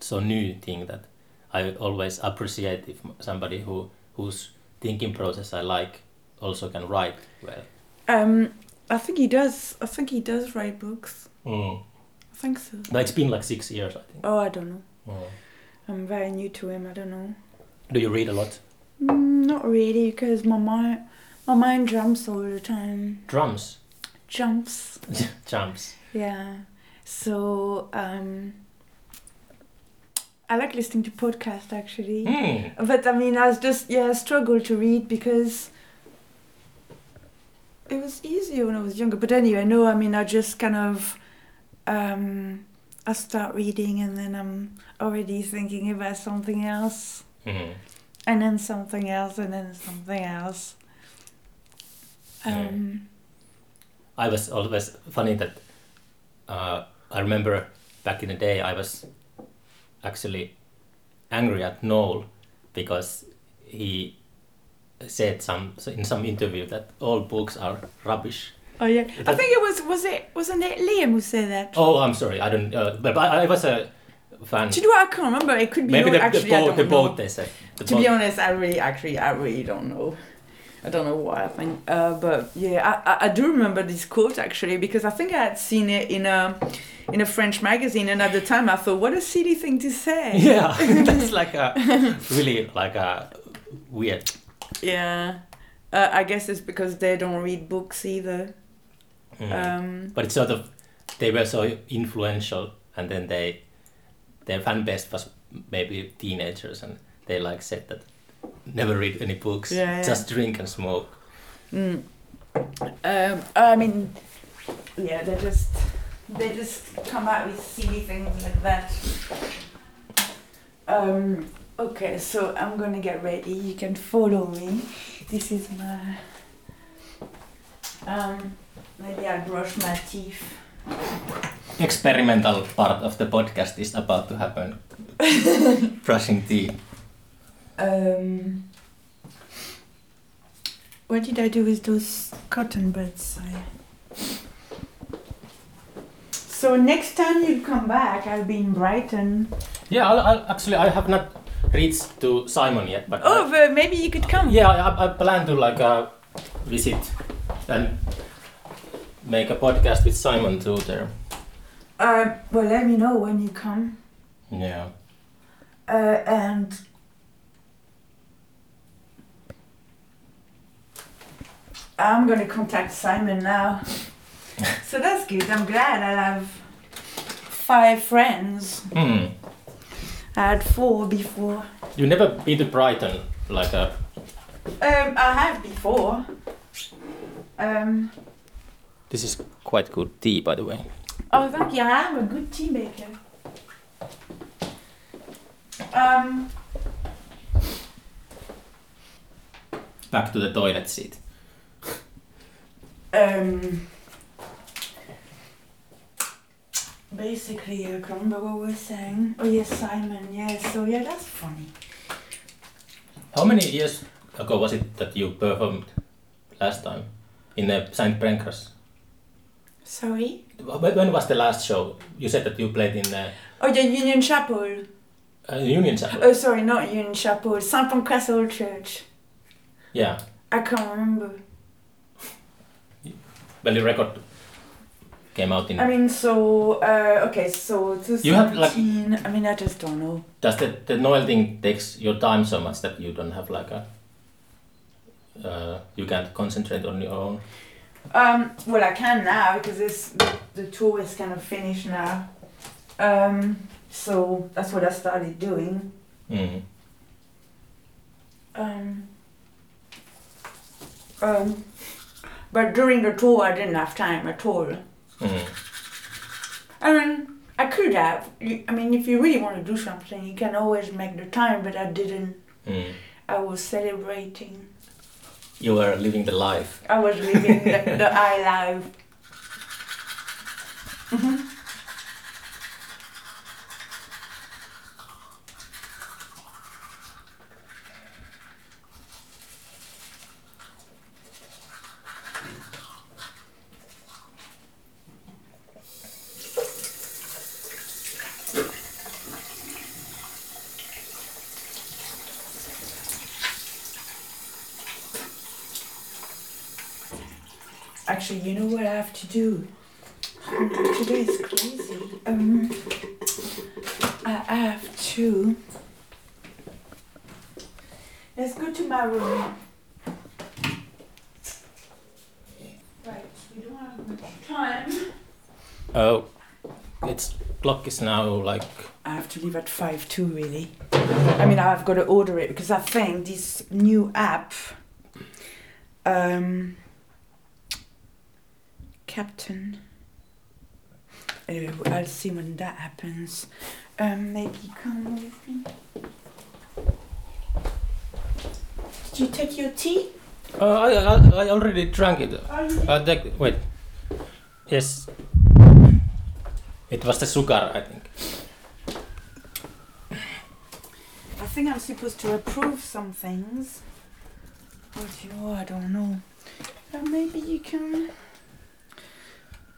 Speaker 1: so new thing that I always appreciate if somebody who whose thinking process I like also can write well.
Speaker 2: Um, I think he does. I think he does write books. I think so.
Speaker 1: But it's been like six years, I think.
Speaker 2: Oh, I don't know.
Speaker 1: Mm.
Speaker 2: I'm very new to him. I don't know.
Speaker 1: Do you read a lot?
Speaker 2: Mm, not really, because my mind, my mind jumps all the time.
Speaker 1: Drums, (laughs)
Speaker 2: Jumps.
Speaker 1: jumps.
Speaker 2: Yeah. So um, I like listening to podcasts actually.
Speaker 1: Hmm.
Speaker 2: But I mean, I was just yeah, I struggled to read because it was easier when I was younger. But anyway, no, I mean, I just kind of um, I start reading and then I'm already thinking about something else,
Speaker 1: Mhm.
Speaker 2: and then something else, and then something else. Um,
Speaker 1: I was always funny that uh, I remember back in the day I was actually angry at Noel because he said some in some interview that all books are rubbish.
Speaker 2: Oh yeah, I think it was was it wasn't it Liam who said that?
Speaker 1: Oh, I'm sorry, I don't. Uh, but I, I was a fan.
Speaker 2: Do you know what? I can't remember. It could be
Speaker 1: Maybe
Speaker 2: you,
Speaker 1: the, the,
Speaker 2: actually. I
Speaker 1: boat,
Speaker 2: don't
Speaker 1: the
Speaker 2: know.
Speaker 1: boat. They said. The
Speaker 2: To
Speaker 1: boat.
Speaker 2: be honest, I really, actually, I really don't know. I don't know why I think, uh, but yeah, I, I, I do remember this quote actually because I think I had seen it in a in a French magazine, and at the time I thought, what a silly thing to
Speaker 1: (laughs)
Speaker 2: say.
Speaker 1: yeah, (laughs) that's
Speaker 2: (laughs)
Speaker 1: like a really like a weird.
Speaker 2: Yeah. Uh, I guess it's because they don't read books either.
Speaker 1: Mm.
Speaker 2: Um,
Speaker 1: but it's sort of they were so influential and then they their fan base was maybe teenagers and they like said that never read any books
Speaker 2: Yeah, yeah.
Speaker 1: just drink and smoke
Speaker 2: mm. um, I mean, yeah, they just they just come out with silly things like that. Um, okay, so I'm gonna get ready. You can follow me. This is my. Um, maybe I'll brush my teeth. (laughs)
Speaker 1: experimental part of the podcast is about to happen brushing tea
Speaker 2: Um, what did I do with those cotton buds? I... So next time you come back, I'll be in Brighton.
Speaker 1: Yeah, I'll, I'll, actually, I have not reached to Simon yet, but
Speaker 2: Oh, but maybe you could come.
Speaker 1: yeah, I, I plan to like uh, visit and make a podcast with Simon too there.
Speaker 2: Uh, well, let me know when you come.
Speaker 1: Yeah.
Speaker 2: Uh, and I'm gonna contact Simon now. so that's good. I'm glad I have five friends.
Speaker 1: Hmm.
Speaker 2: I had four before.
Speaker 1: You never been to Brighton, like uh, a
Speaker 2: Um, I have before. Um,
Speaker 1: This is quite good tea, by the way.
Speaker 2: oh, thank you. I'm a good tea maker. Um,
Speaker 1: Back to the toilet seat.
Speaker 2: um, basically, I can't remember what we were saying. Oh, yes, Simon, yes. So, yeah, that's funny.
Speaker 1: How many years ago was it that you performed last time in the St. Pancras?
Speaker 2: Sorry?
Speaker 1: When when was the last show? You said that you played in the
Speaker 2: Oh, yeah, Union Chapel.
Speaker 1: uh, Union Chapel.
Speaker 2: Oh, sorry, not Union Chapel. St. Pancras Old Church.
Speaker 1: Yeah.
Speaker 2: I can't remember.
Speaker 1: Well, the record came out in.
Speaker 2: I mean, so uh, okay, so
Speaker 1: You have, like-
Speaker 2: 2017. I mean, I just don't know.
Speaker 1: Does the, the Noel thing takes your time so much that you don't have like a. Uh, you can't concentrate on your own.
Speaker 2: Um, well, I can now because this the, the tour is kind of finished now. Um, so that's what I started doing.
Speaker 1: Mm.
Speaker 2: Um, um, but during the tour, I didn't have time at all.
Speaker 1: Mm.
Speaker 2: I mean, I could have. You- I mean, if you really want to do something, you can always make the time. But I didn't.
Speaker 1: Mm.
Speaker 2: I was celebrating.
Speaker 1: You were living the life.
Speaker 2: I was living the,
Speaker 1: (laughs)
Speaker 2: the I life. Mhm. Actually, you know what I have to do? Today is crazy. Um, I I have to. Let's go to my room. Right, we don't have much time.
Speaker 1: Oh. It's clock is now like.
Speaker 2: I have to leave at five too, really. I mean, I've got to order it because I think this new app, um, Captain. Anyway, I'll see when that happens. Um, maybe come with me. Did you take your tea?
Speaker 1: Uh, I, I, I already drank it.
Speaker 2: Are you?
Speaker 1: Uh, that, wait. Yes. It was the sugar, I think.
Speaker 2: I think I'm supposed to approve some things. But you know, I don't know. But maybe you can.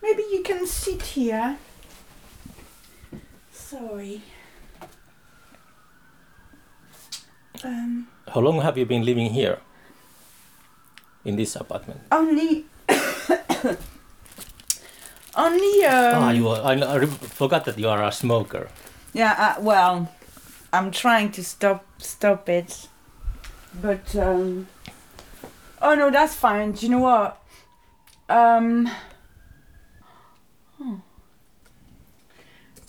Speaker 2: Maybe you can sit here. Sorry. Um,
Speaker 1: How long have you been living here? In this apartment?
Speaker 2: only. (coughs) only. Um,
Speaker 1: ah, you are, I, I re- forgot that you are a smoker.
Speaker 2: Yeah, uh, well, I'm trying to stop stop it, but um, oh no, that's fine. Do you know what? Um, hmm.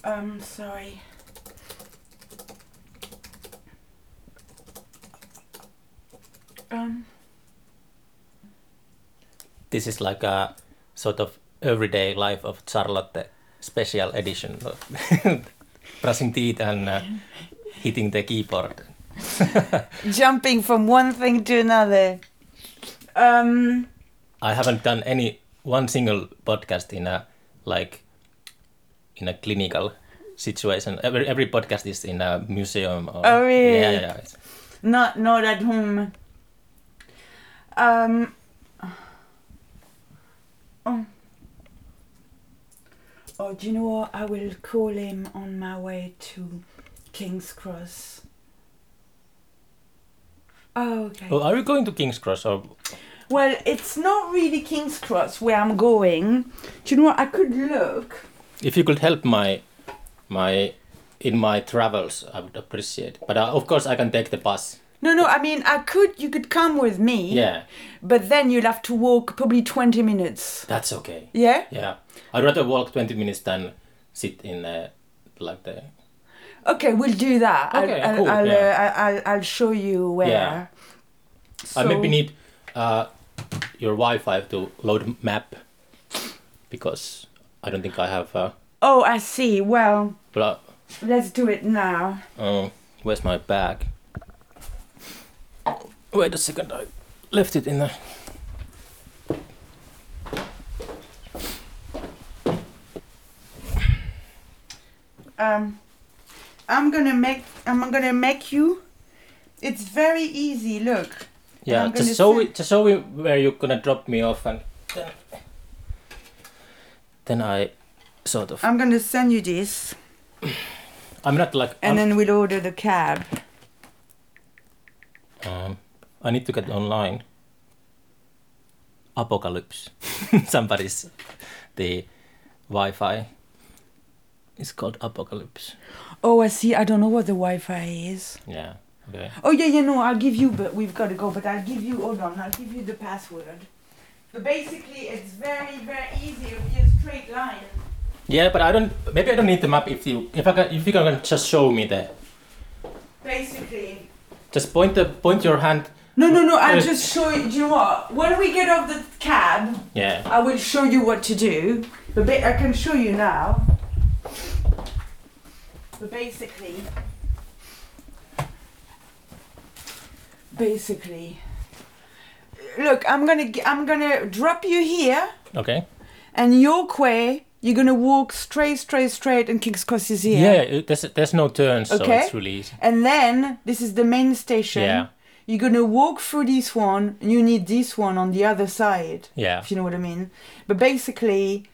Speaker 2: um, sorry. Um,
Speaker 1: This is like a sort of everyday life of Charlotte special edition. (laughs) Brushing teeth and uh, hitting the keyboard.
Speaker 2: jumping from one thing to another. Um,
Speaker 1: I haven't done any one single podcast in a like in a clinical situation. Every every podcast is in a museum. Or,
Speaker 2: Oh, really?
Speaker 1: Yeah, yeah, yeah. It's-
Speaker 2: not not at home. Um. Oh. Oh, do you know what? I will call him on my way to King's Cross. Oh, okay.
Speaker 1: Well, are you going to King's Cross or
Speaker 2: Well, it's not really King's Cross where I'm going. Do you know what? I could look.
Speaker 1: if you could help my my in my travels, I would appreciate. But uh, of course, I can take the bus.
Speaker 2: No, no, I mean, I could, you could come with me.
Speaker 1: Yeah,
Speaker 2: But then you'll have to walk probably 20 minutes.
Speaker 1: that's okay.
Speaker 2: Yeah?
Speaker 1: Yeah, I'd rather walk twenty minutes than sit in uh, like the.
Speaker 2: Okay, we'll do that.
Speaker 1: Okay,
Speaker 2: I'll,
Speaker 1: cool,
Speaker 2: I'll, I'll,
Speaker 1: yeah.
Speaker 2: uh, I'll, I'll show you where.
Speaker 1: Yeah. I
Speaker 2: So-
Speaker 1: maybe need uh, your Wi-Fi to load map because I don't think I have. Uh,
Speaker 2: Oh, I see. Well,
Speaker 1: well,
Speaker 2: let's do it now.
Speaker 1: uh, where's my bag? Wait a second, I left it in the.
Speaker 2: um, I'm gonna make I'm gonna make you. It's very easy. Look.
Speaker 1: Yeah,
Speaker 2: I'm gonna
Speaker 1: just show
Speaker 2: send-
Speaker 1: it. Just show me where you're gonna drop me off, and then, then I sort of.
Speaker 2: I'm gonna send you this,
Speaker 1: I'm not like.
Speaker 2: and
Speaker 1: I'm-
Speaker 2: then we'll order the cab.
Speaker 1: um, I need to get online. Apocalypse. (laughs) Somebody's the Wi-Fi. It's called Apocalypse.
Speaker 2: Oh, I see. I don't know what the Wi-Fi is.
Speaker 1: Yeah. Okay.
Speaker 2: Oh yeah, yeah. No, I'll give you. But we've got to go. But I'll give you. Hold on. I'll give you the password. But basically, it's very very easy. It'll be a straight line.
Speaker 1: Yeah, but I don't. Maybe I don't need the map if you if I can if you can just show me the.
Speaker 2: Basically.
Speaker 1: Just point the point your hand.
Speaker 2: No, no, no. I'll
Speaker 1: Uh,
Speaker 2: just show you. Do you know what? When we get off the cab,
Speaker 1: Yeah.
Speaker 2: I will show you what to do. But ba- I can show you now. But basically, basically, look, I'm gonna g- I'm gonna drop you here,
Speaker 1: Okay.
Speaker 2: and your quay, you're gonna walk straight, straight, straight, and King's Cross is here.
Speaker 1: Yeah. it- there's there's no turns, so
Speaker 2: Okay.
Speaker 1: it's really easy.
Speaker 2: And then this is the main station.
Speaker 1: Yeah.
Speaker 2: You're gonna walk through this one, and you need this one on the other side
Speaker 1: Yeah.
Speaker 2: if you know what I mean. But basically,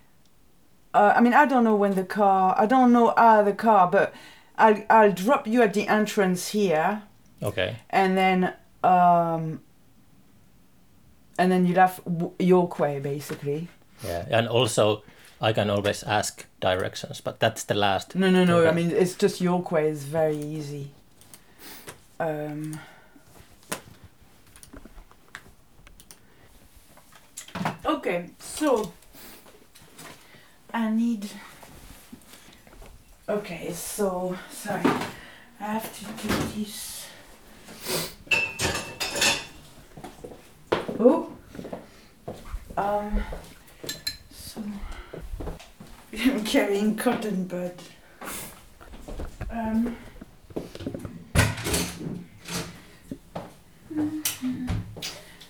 Speaker 2: uh, I mean, I don't know when the car, I don't know uh, the car, but I'll, I'll drop you at the entrance here
Speaker 1: Okay.
Speaker 2: and then, um, and then you'll have w- your way basically.
Speaker 1: Yeah, and also I can always ask directions, but that's the last.
Speaker 2: No, no, no, I
Speaker 1: Okay.
Speaker 2: mean, it's just your way is very easy. Um, okay, so I need. Okay, so sorry, I have to do this. Oh, um, so (laughs) I'm carrying cotton bud. Um.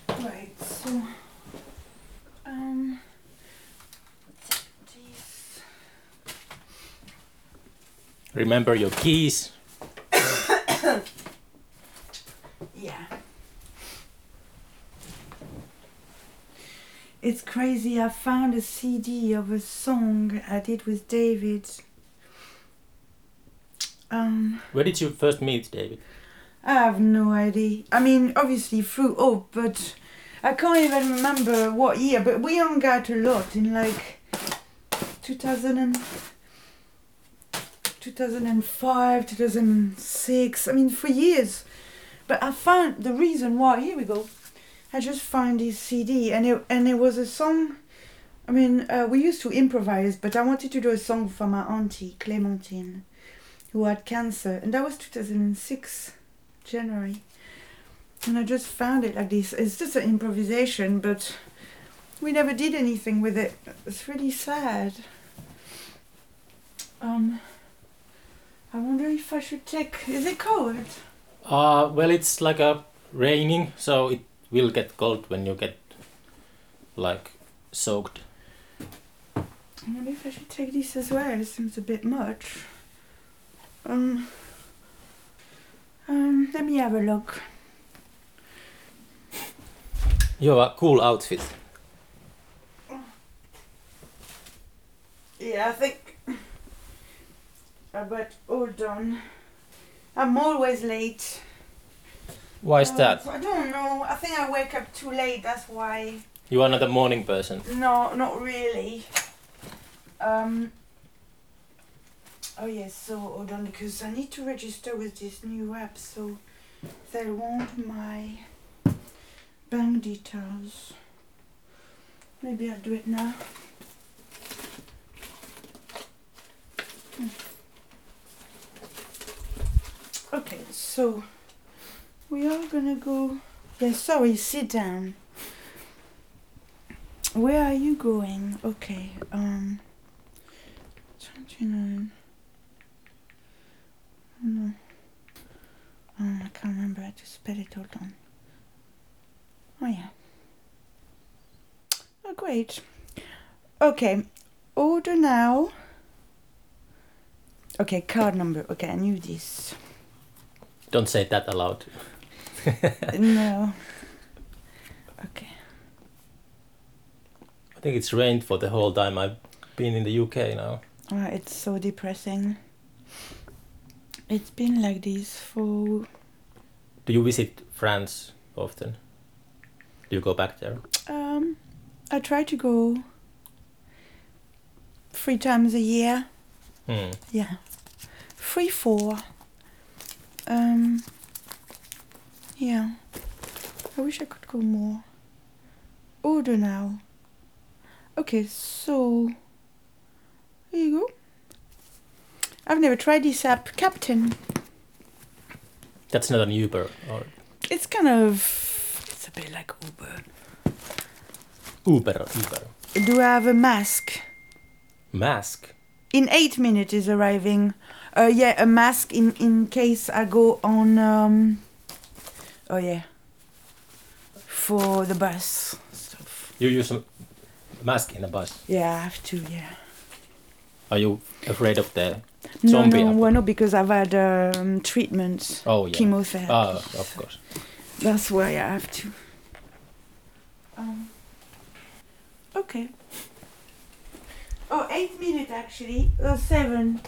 Speaker 2: Right, so um this
Speaker 1: Remember your keys.
Speaker 2: yeah. It's crazy. I found a CD of a song I did with David. Um
Speaker 1: Where did you first meet David?
Speaker 2: I have no idea. I mean, obviously through hope, but I can't even remember what year. But we hung out a lot in like 2000 and 2005, 2006. I mean, for years. But I found the reason why. Here we go. I just found his CD, and it and it was a song. I mean, uh, we used to improvise, but I wanted to do a song for my auntie Clementine, who had cancer, and that was 2006. January. And I just found it like this. It's just an improvisation, but we never did anything with it. It's really sad. Um, I wonder if I should take. Is it cold?
Speaker 1: Uh, well, it's like a raining, so it will get cold when you get like soaked.
Speaker 2: I wonder if I should take this as well. It seems a bit much. Um, um, let me have a look.
Speaker 1: You have a cool outfit.
Speaker 2: Yeah, I think Yeah, but hold on. I'm always late.
Speaker 1: Why is
Speaker 2: Uh,
Speaker 1: that?
Speaker 2: I don't know. I think I wake up too late. That's why.
Speaker 1: You are not a morning person.
Speaker 2: No, not really. Um. Oh yes. So hold on, because I need to register with this new app, so they want my bank details. Maybe I'll do it now. Hmm. Okay, so we are gonna go. Yeah, sorry, sit down. Where are you going? Okay, um. 29. Oh, No. Um, I can't remember how to spell it, hold on. Oh, yeah. Oh, great. Okay, order now. Okay, card number. Okay, I knew this.
Speaker 1: Don't say that aloud.
Speaker 2: no.
Speaker 1: I think it's rained for the whole time I've been in the UK now.
Speaker 2: Uh, it's so depressing. It's been like this for.
Speaker 1: Do you visit France often? Do you go back there?
Speaker 2: Um, I try to go three times a year.
Speaker 1: Hmm.
Speaker 2: Yeah, three, four. Um, yeah. I wish I could go more. Order now. Okay, so here you go. I've never tried this app, Captain.
Speaker 1: That's not an Uber or
Speaker 2: It's kind of. It's a bit like Uber.
Speaker 1: Uber or Uber.
Speaker 2: Do I have a mask?
Speaker 1: Mask.
Speaker 2: In eight minutes is arriving. Uh, yeah, a mask in in case I go on. Um, oh yeah. For the bus stuff.
Speaker 1: You use a mask in a bus.
Speaker 2: Yeah, I have to. Yeah.
Speaker 1: Are you afraid of the?
Speaker 2: No,
Speaker 1: Zombie
Speaker 2: no,
Speaker 1: app.
Speaker 2: well, no, because I've had um, treatment,
Speaker 1: Oh yeah.
Speaker 2: chemotherapy.
Speaker 1: Ah, of course.
Speaker 2: That's why I have to. Um, okay. Oh, eight minutes actually. Uh, seven.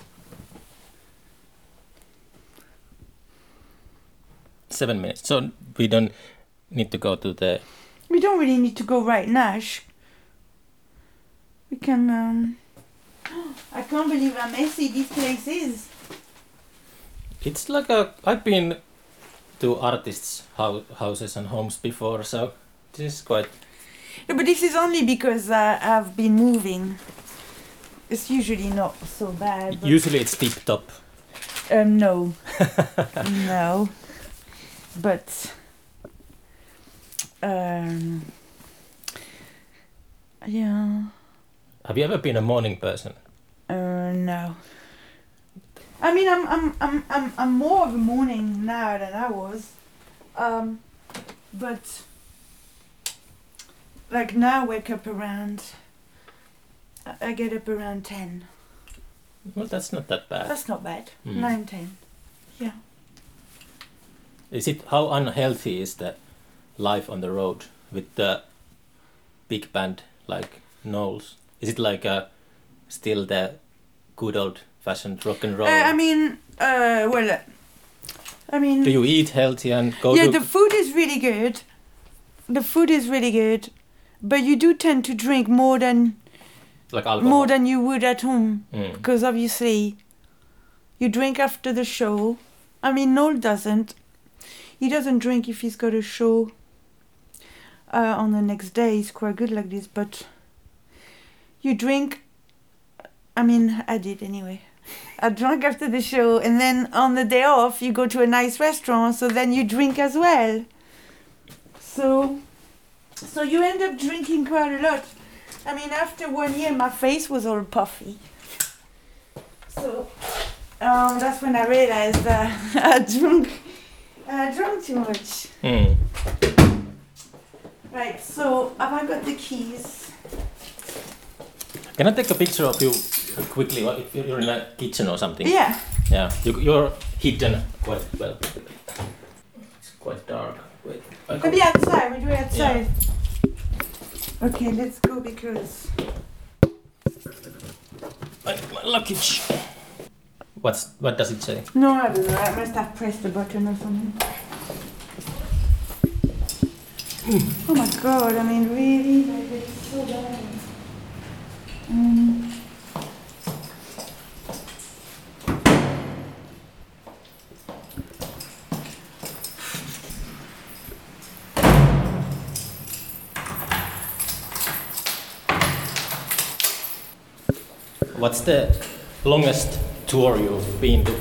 Speaker 1: Seven minutes. So we don't need to go to the.
Speaker 2: We don't really need to go right now. sh- We can. Um... (gasps) I can't believe how messy this place is.
Speaker 1: It's like a. I've been to artists' hou- houses and homes before, so this is quite.
Speaker 2: No, but this is only because uh, I've been moving. It's usually not so bad. but-
Speaker 1: Usually it's tip top.
Speaker 2: Um, no. no. But. Um. Yeah.
Speaker 1: Have you ever been a morning person?
Speaker 2: Uh, no. I mean, I'm, I'm, I'm, I'm, I'm more of a morning now than I was. Um, but. Like now, I wake up around. I- I get up around 10.
Speaker 1: Well, that's not that bad.
Speaker 2: That's not bad.
Speaker 1: Mm.
Speaker 2: Nine ten.
Speaker 1: Is it how unhealthy is the life on the road with the big band like Knowles? Is it like a still the good old fashioned rock and roll?
Speaker 2: Uh, I mean, uh, well. uh, I mean.
Speaker 1: Do you eat healthy and go
Speaker 2: yeah,
Speaker 1: to?
Speaker 2: the food is really good. The food is really good, but you do tend to drink more than
Speaker 1: like alcohol.
Speaker 2: more than you would at home
Speaker 1: Mm.
Speaker 2: because obviously you drink after the show. I mean, Noel doesn't. He doesn't drink if he's got a show. Uh, on the next day, he's quite good like this, but you drink. I mean, I did anyway. I drank after the show, and then on the day off, you go to a nice restaurant, so then you drink as well. So, so you end up drinking quite a lot. I mean, after one year, my face was all puffy. So, um, that's when I realized that (laughs) I drunk, I drunk too much.
Speaker 1: Mm.
Speaker 2: Right. So, have I got the keys?
Speaker 1: Can I take a picture of you quickly? Or If you're in a kitchen or something.
Speaker 2: Yeah.
Speaker 1: Yeah, you, you're hidden quite well. It's quite dark. Wait. I
Speaker 2: Maybe
Speaker 1: can-
Speaker 2: outside. We do it outside. Okay, let's go because
Speaker 1: I- my luggage. What's what does it say?
Speaker 2: No, I don't know. I must have pressed the button or something. Oh my god, I mean, really? Like, it's so bad. Um,
Speaker 1: What's the longest tour you've been to?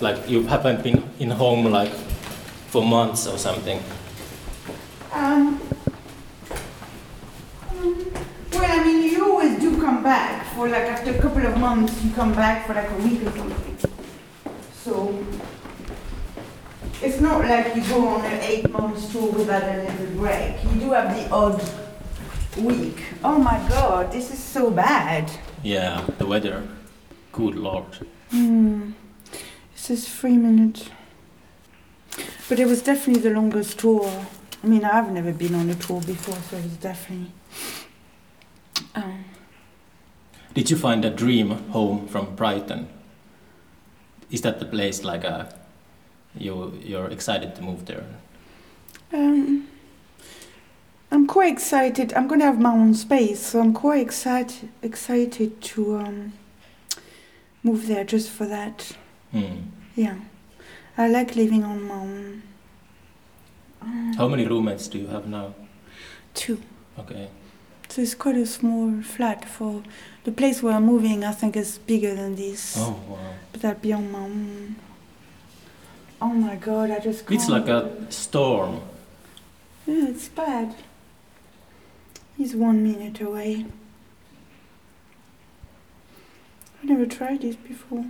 Speaker 1: Like you haven't been in home like for months or something.
Speaker 2: um, um, well, I mean, you always do come back for like after a couple of months, you come back for like a week or something. So it's not like you go on an eight month tour without a little break. You do have the odd week. Oh my god, this is so bad.
Speaker 1: Yeah, the weather. Good lord.
Speaker 2: Hmm. It says three minutes. But it was definitely the longest tour. I mean, I've never been on a tour before, so it's definitely. Um,
Speaker 1: Did you find a dream home from Brighton? Is that the place like uh you you're excited to move there?
Speaker 2: um, I'm quite excited. I'm going to have my own space, so I'm quite excited excited to um, move there just for that.
Speaker 1: Hmm.
Speaker 2: Yeah, I like living on my own. Um,
Speaker 1: How many roommates do you have now?
Speaker 2: Two.
Speaker 1: Okay.
Speaker 2: So it's quite a small flat for the place where I'm moving. I think is bigger than this.
Speaker 1: Oh wow.
Speaker 2: But that'd be on my own. Oh my god! I just. Can't.
Speaker 1: It's like a storm.
Speaker 2: Yeah, it's bad. He's one minute away. I never tried this before.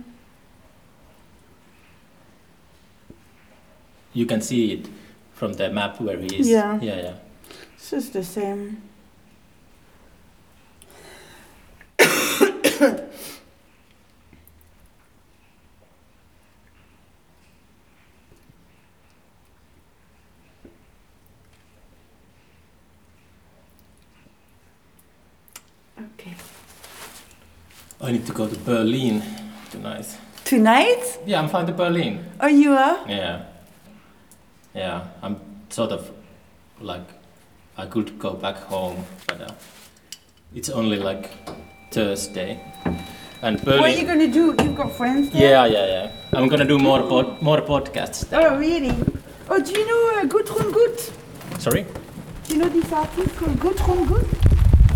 Speaker 1: You can see it from the map where he is.
Speaker 2: Yeah.
Speaker 1: Yeah, yeah.
Speaker 2: It's just the same. Okay.
Speaker 1: I need to go to Berlin tonight.
Speaker 2: Tonight?
Speaker 1: Yeah, I'm flying to Berlin.
Speaker 2: Oh, you are?
Speaker 1: Yeah. Yeah, I'm sort of like I could go back home, but uh, it's only like Thursday. And Berlin.
Speaker 2: What are you gonna do? You've got friends there?
Speaker 1: yeah, yeah, yeah. I'm gonna do more pod- more podcasts. there.
Speaker 2: Oh, really? Oh, do you know uh, Gudrun Gut?
Speaker 1: Sorry.
Speaker 2: Do you know this artist called Gudrun Gut?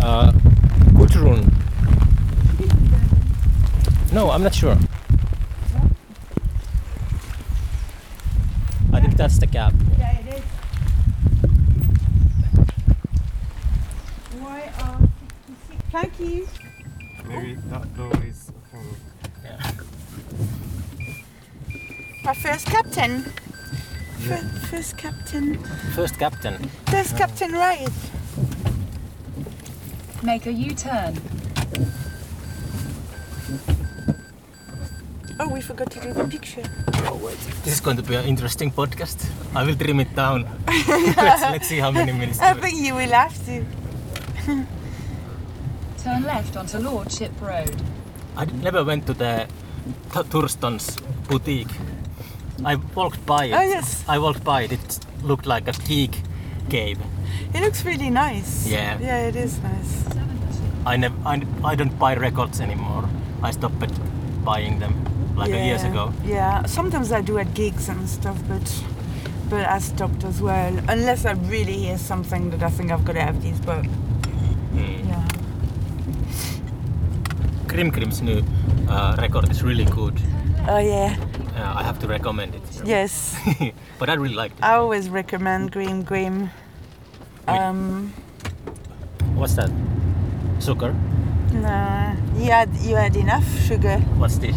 Speaker 1: Uh, Gudrun. No, I'm not sure. I think that's the gap.
Speaker 2: Yeah, it is. Why are 66? Thank you.
Speaker 3: Maybe that door is kind of
Speaker 2: Our first captain. First, first captain.
Speaker 1: First captain.
Speaker 2: First captain right.
Speaker 4: Make a U-turn.
Speaker 2: Oh, we forgot to do the (laughs) picture.
Speaker 1: This is going to be an interesting podcast. I will trim it (laughs) down. let's, let's see how many minutes.
Speaker 2: I
Speaker 1: do it.
Speaker 2: think Oh, you will have to.
Speaker 4: Turn left onto Lordship Road.
Speaker 1: I never went to the Th- Thurston's boutique. I walked by it.
Speaker 2: Oh, yes.
Speaker 1: I walked by it. It looked like a geek cave.
Speaker 2: It looks really nice.
Speaker 1: Yeah.
Speaker 2: Yeah, it is nice.
Speaker 1: I never. I, I don't buy records anymore. I stopped at buying them like
Speaker 2: yeah.
Speaker 1: years ago.
Speaker 2: Yeah, sometimes I do at gigs and stuff, but but I stopped as well. Unless I really hear something that I think I've got to have these, but
Speaker 1: Hmm.
Speaker 2: yeah.
Speaker 1: Grim Grim's new uh, record is really good.
Speaker 2: Oh yeah.
Speaker 1: Uh, I have to recommend it.
Speaker 2: Yes.
Speaker 1: (laughs) but I really liked it.
Speaker 2: I always recommend Grim Grim. Um,
Speaker 1: What's that? Sugar?
Speaker 2: no, you had you had enough sugar.
Speaker 1: What's this?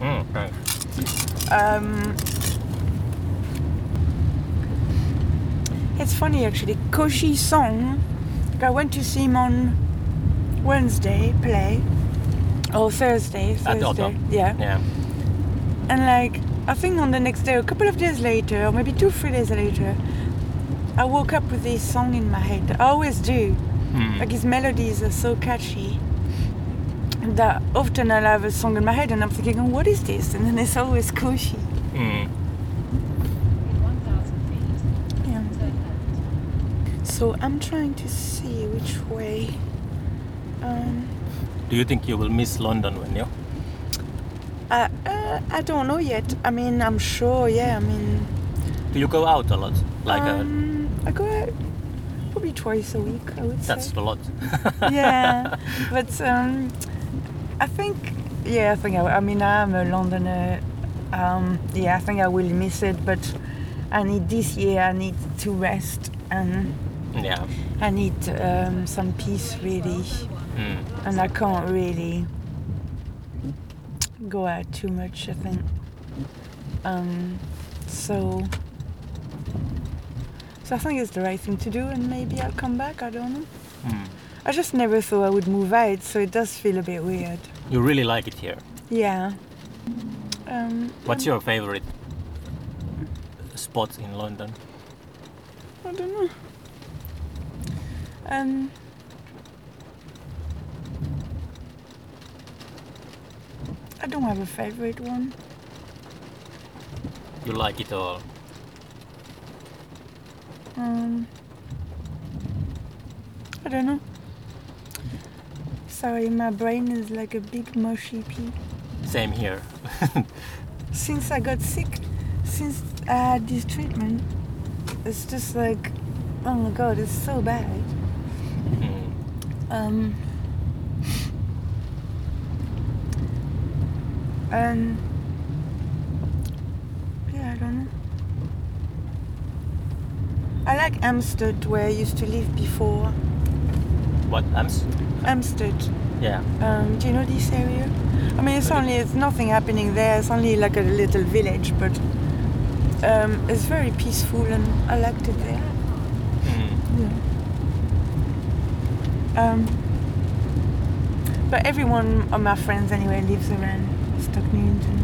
Speaker 1: Mm, thanks.
Speaker 2: Um, it's funny actually. Koshi Song. I went to see him on Wednesday play, or Thursday.
Speaker 1: At the
Speaker 2: Thursday.
Speaker 1: Otto.
Speaker 2: Yeah.
Speaker 1: Yeah.
Speaker 2: And like, I think on the next day, a couple of days later, or maybe two, three days later, I woke up with this song in my head. I always do.
Speaker 1: Mm.
Speaker 2: Like his melodies are so catchy. that often I'll have a song in my head and I'm thinking, "Oh, what is this? And then it's always Koshi.
Speaker 1: Hmm.
Speaker 3: Mm.
Speaker 4: In 1,000
Speaker 2: Yeah.
Speaker 4: feet, turn left.
Speaker 2: So I'm trying to see which way. Um,
Speaker 1: Do you think you will miss London when you?
Speaker 2: I, uh, I don't know yet. I mean, I'm sure, yeah. I mean,
Speaker 1: Do you go out a lot? Like uh
Speaker 2: um, I go out probably twice a week, I would say.
Speaker 1: that's a lot.
Speaker 2: (laughs) yeah, but um, I think yeah, I think I, I mean I'm a Londoner. Um, yeah, I think I will miss it, but I need this year. I need to rest and
Speaker 1: (laughs) yeah.
Speaker 2: I need um, some peace really,
Speaker 1: Mm.
Speaker 2: and I can't really go out too much. I think. Um, so. So I think it's the right thing to do, and maybe I'll come back. I don't know.
Speaker 1: Mm.
Speaker 2: I just never thought I would move out, so it does feel a bit weird.
Speaker 1: You really like it here.
Speaker 2: Yeah. Um,
Speaker 1: What's your favorite spot in London?
Speaker 2: I don't know. Um, I don't have a favorite one.
Speaker 1: You like it all?
Speaker 2: Um, I don't know. Sorry, my brain is like a big mushy pea.
Speaker 1: Same here. (laughs)
Speaker 2: since I got sick, since I had this treatment, it's just like, oh my god, it's so bad.
Speaker 1: Mm.
Speaker 2: Um, um, yeah, I don't know. I like Amstead, where I used to live before.
Speaker 1: What? I'm. s-
Speaker 2: Amstead.
Speaker 1: Yeah.
Speaker 2: Um, do you know this area? I mean, it's only it's nothing happening there. It's only like a little village, but um, it's very peaceful, and I liked it there.
Speaker 1: Mm.
Speaker 2: Um, but everyone of my friends anyway lives around Stoke Newington.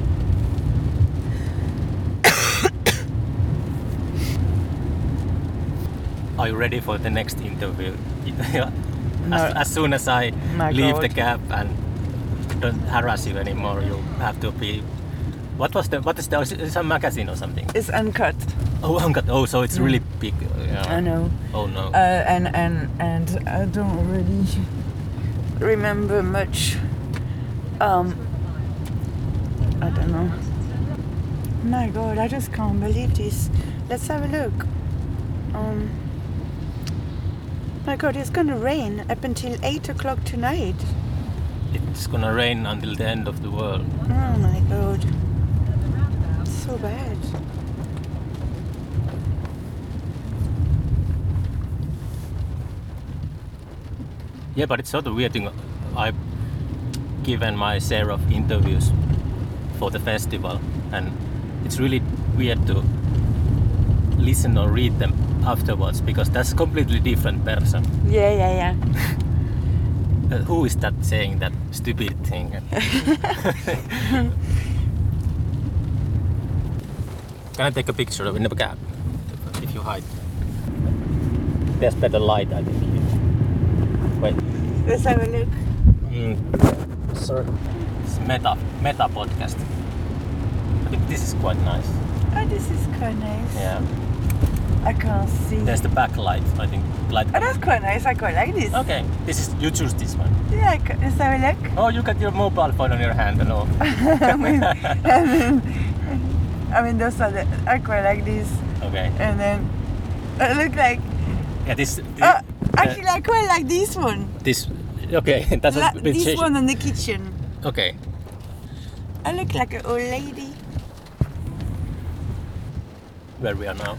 Speaker 1: Are you ready for the next interview? (laughs) Yeah.
Speaker 2: No.
Speaker 1: as, as soon as I
Speaker 2: My
Speaker 1: leave
Speaker 2: God.
Speaker 1: the cab and don't harass you anymore, you have to be. What was the? What is the? It's a magazine or something.
Speaker 2: It's uncut.
Speaker 1: Oh, oh, God. oh so it's
Speaker 2: Mm.
Speaker 1: really big. uh, Yeah.
Speaker 2: I know.
Speaker 1: Oh no.
Speaker 2: Uh, and and and I don't really remember much. Um, I don't know. My God, I just can't believe this. Let's have a look. Um, my God, it's gonna rain up until eight o'clock tonight.
Speaker 1: it's gonna rain until the end of the world.
Speaker 2: Oh my God, so bad.
Speaker 1: Yeah, but it's sort of weird thing. I've given my share of interviews for the festival, and it's really weird to listen or read them afterwards because that's a completely different person.
Speaker 2: Yeah, yeah,
Speaker 1: Uh, who is that saying that stupid thing? Can I take a picture of in the cab if you hide? There's better light, I think. Wait.
Speaker 2: yeah. Let's have a look.
Speaker 1: Mm. Sorry. It's meta meta podcast. I think this is quite nice.
Speaker 2: Oh, this is quite nice.
Speaker 1: Yeah.
Speaker 2: I can't see.
Speaker 1: There's the backlight. I think light.
Speaker 2: Oh, that's quite nice. I quite like this.
Speaker 1: Okay. This is you choose this one.
Speaker 2: Yeah, I ca- (laughs) let's have a look.
Speaker 1: Oh, you got your mobile phone on your hand and all.
Speaker 2: I mean, I mean, I mean, those are the, I quite like this.
Speaker 1: Okay.
Speaker 2: And then I look like,
Speaker 1: Yeah. This. thi-
Speaker 2: oh,
Speaker 1: uh,
Speaker 2: actually, I quite like this one.
Speaker 1: this. Okay. (laughs) That's
Speaker 2: La-
Speaker 1: a bit
Speaker 2: this
Speaker 1: change.
Speaker 2: one in the kitchen.
Speaker 1: Okay.
Speaker 2: I look like an old lady.
Speaker 1: Where we are now.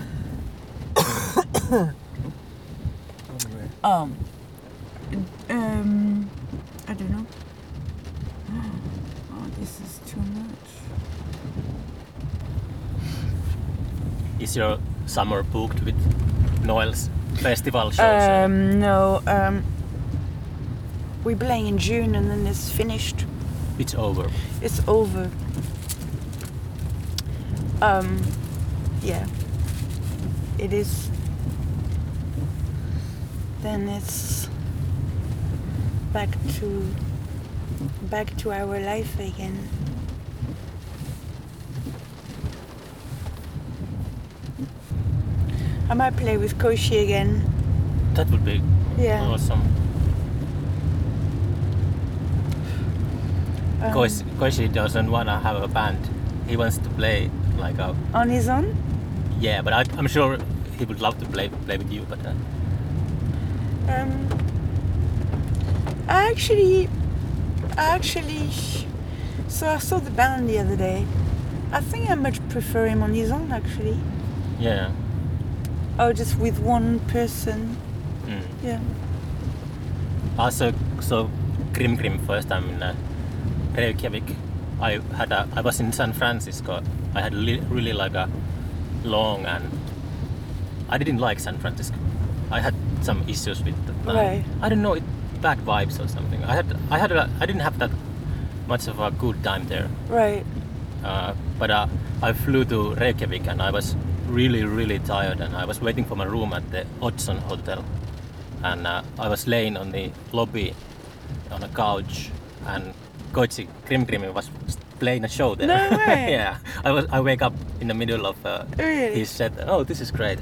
Speaker 2: Um, um, I don't know. Oh, this is too much.
Speaker 1: Is your summer booked with Noel's festival shows? and-
Speaker 2: Um, no. Um, we play in June and then it's finished.
Speaker 1: it's over.
Speaker 2: It's over. Um, yeah. It is. Then it's back to back to our life again. I might play with Koshi again.
Speaker 1: That would be
Speaker 2: Yeah.
Speaker 1: awesome.
Speaker 2: Um,
Speaker 1: Because Koichi doesn't want to have a band. He wants to play like a
Speaker 2: On his own?
Speaker 1: yeah, but I, I'm sure he would love to play play with you. But uh,
Speaker 2: Um, I actually, I actually, so I saw the band the other day. I think I much prefer him on his own actually,
Speaker 1: yeah,
Speaker 2: or just with one person.
Speaker 1: mm.
Speaker 2: Yeah.
Speaker 1: also so Grim Grim first time in uh, Reykjavik. I had a, I was in San Francisco. I had li- really like a long and I didn't like San Francisco. I had some issues with the town.
Speaker 2: Right.
Speaker 1: I don't know, it, bad vibes or something. I had I had a, I didn't have that much of a good time there.
Speaker 2: Right.
Speaker 1: Uh, but uh, I flew to Reykjavik and I was really, really tired and I was waiting for my room at the Hudson Hotel. And uh, I was laying on the lobby on a couch and Koichi Grim Grim was playing a show there.
Speaker 2: No way.
Speaker 1: (laughs) yeah. I was I wake up in the middle of uh,
Speaker 2: Really?
Speaker 1: his set. Oh, this is great.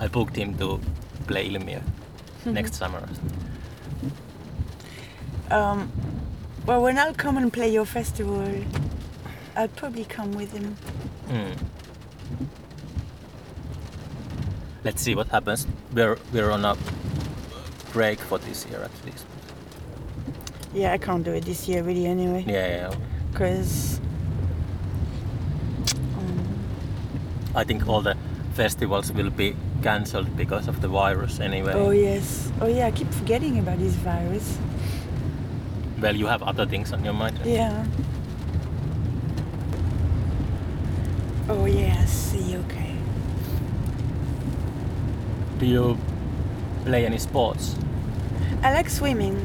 Speaker 1: I booked him to play Ilmir
Speaker 2: Mm-hmm.
Speaker 1: next summer.
Speaker 2: Um, well, when I'll come and play your festival, I'll probably come with him.
Speaker 1: Mm. Let's see what happens. We're we're on a break for this year at least.
Speaker 2: Yeah, I can't do it this year really anyway.
Speaker 1: Yeah, yeah.
Speaker 2: Because. Um,
Speaker 1: I think all the festivals will be cancelled because of the virus anyway.
Speaker 2: oh yes. Oh yeah. I keep forgetting about this virus.
Speaker 1: Well, you have other things on your mind.
Speaker 2: Yeah. Oh yeah, I see, okay.
Speaker 1: Do you play any sports?
Speaker 2: I like swimming.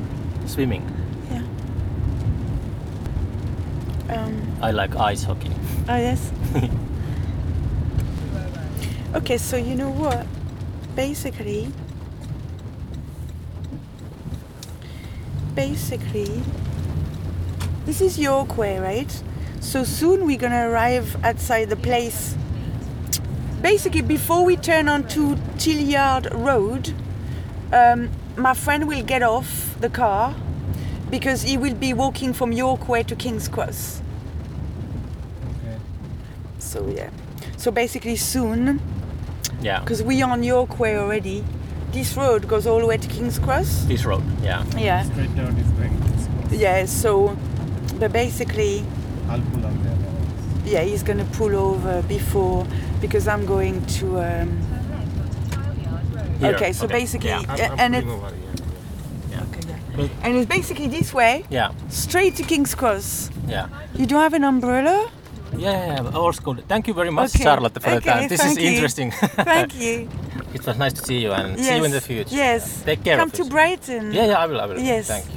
Speaker 1: Swimming.
Speaker 2: Yeah. Um
Speaker 1: I like ice hockey.
Speaker 2: oh yes. Okay, so you know what? Basically basically this is York Way, right? So soon we're gonna arrive outside the place basically before we turn onto Tilliard Road, um, my friend will get off the car because he will be walking from York Way to King's Cross.
Speaker 1: Okay.
Speaker 2: So yeah. So basically soon,
Speaker 1: Yeah.
Speaker 2: because we are on York Way already, this road goes all the way to King's Cross.
Speaker 1: This road. Yeah.
Speaker 2: Yeah.
Speaker 3: Straight down is going to spot.
Speaker 2: Yeah. So, but basically,
Speaker 3: I'll pull up there. otherwise.
Speaker 2: yeah, he's gonna pull over before because I'm going to. Um,
Speaker 4: Turn left onto Tile Yard Road.
Speaker 1: Here,
Speaker 2: okay. So
Speaker 1: okay,
Speaker 2: basically,
Speaker 1: yeah.
Speaker 3: I'm,
Speaker 2: yeah,
Speaker 3: I'm
Speaker 2: and
Speaker 3: pulling
Speaker 2: it's
Speaker 3: over here.
Speaker 2: okay, yeah.
Speaker 1: Well-
Speaker 2: and it's basically this way,
Speaker 1: Yeah.
Speaker 2: straight to King's Cross.
Speaker 1: Yeah.
Speaker 2: You don't have an
Speaker 1: (laughs)
Speaker 2: umbrella?
Speaker 1: Yeah. yeah. All school. Thank you very much,
Speaker 2: Okay.
Speaker 1: Charlotte, for the
Speaker 2: Okay,
Speaker 1: time. This is
Speaker 2: thank you.
Speaker 1: interesting.
Speaker 2: Thank you.
Speaker 1: (laughs) It was nice to see you and see you in the
Speaker 2: Yes.
Speaker 1: future.
Speaker 2: Yes.
Speaker 1: Take care
Speaker 2: Come
Speaker 1: of
Speaker 2: to
Speaker 1: yourself.
Speaker 2: Brighton.
Speaker 1: Yeah, yeah, I will, I will.
Speaker 2: Yes.
Speaker 1: Thank you.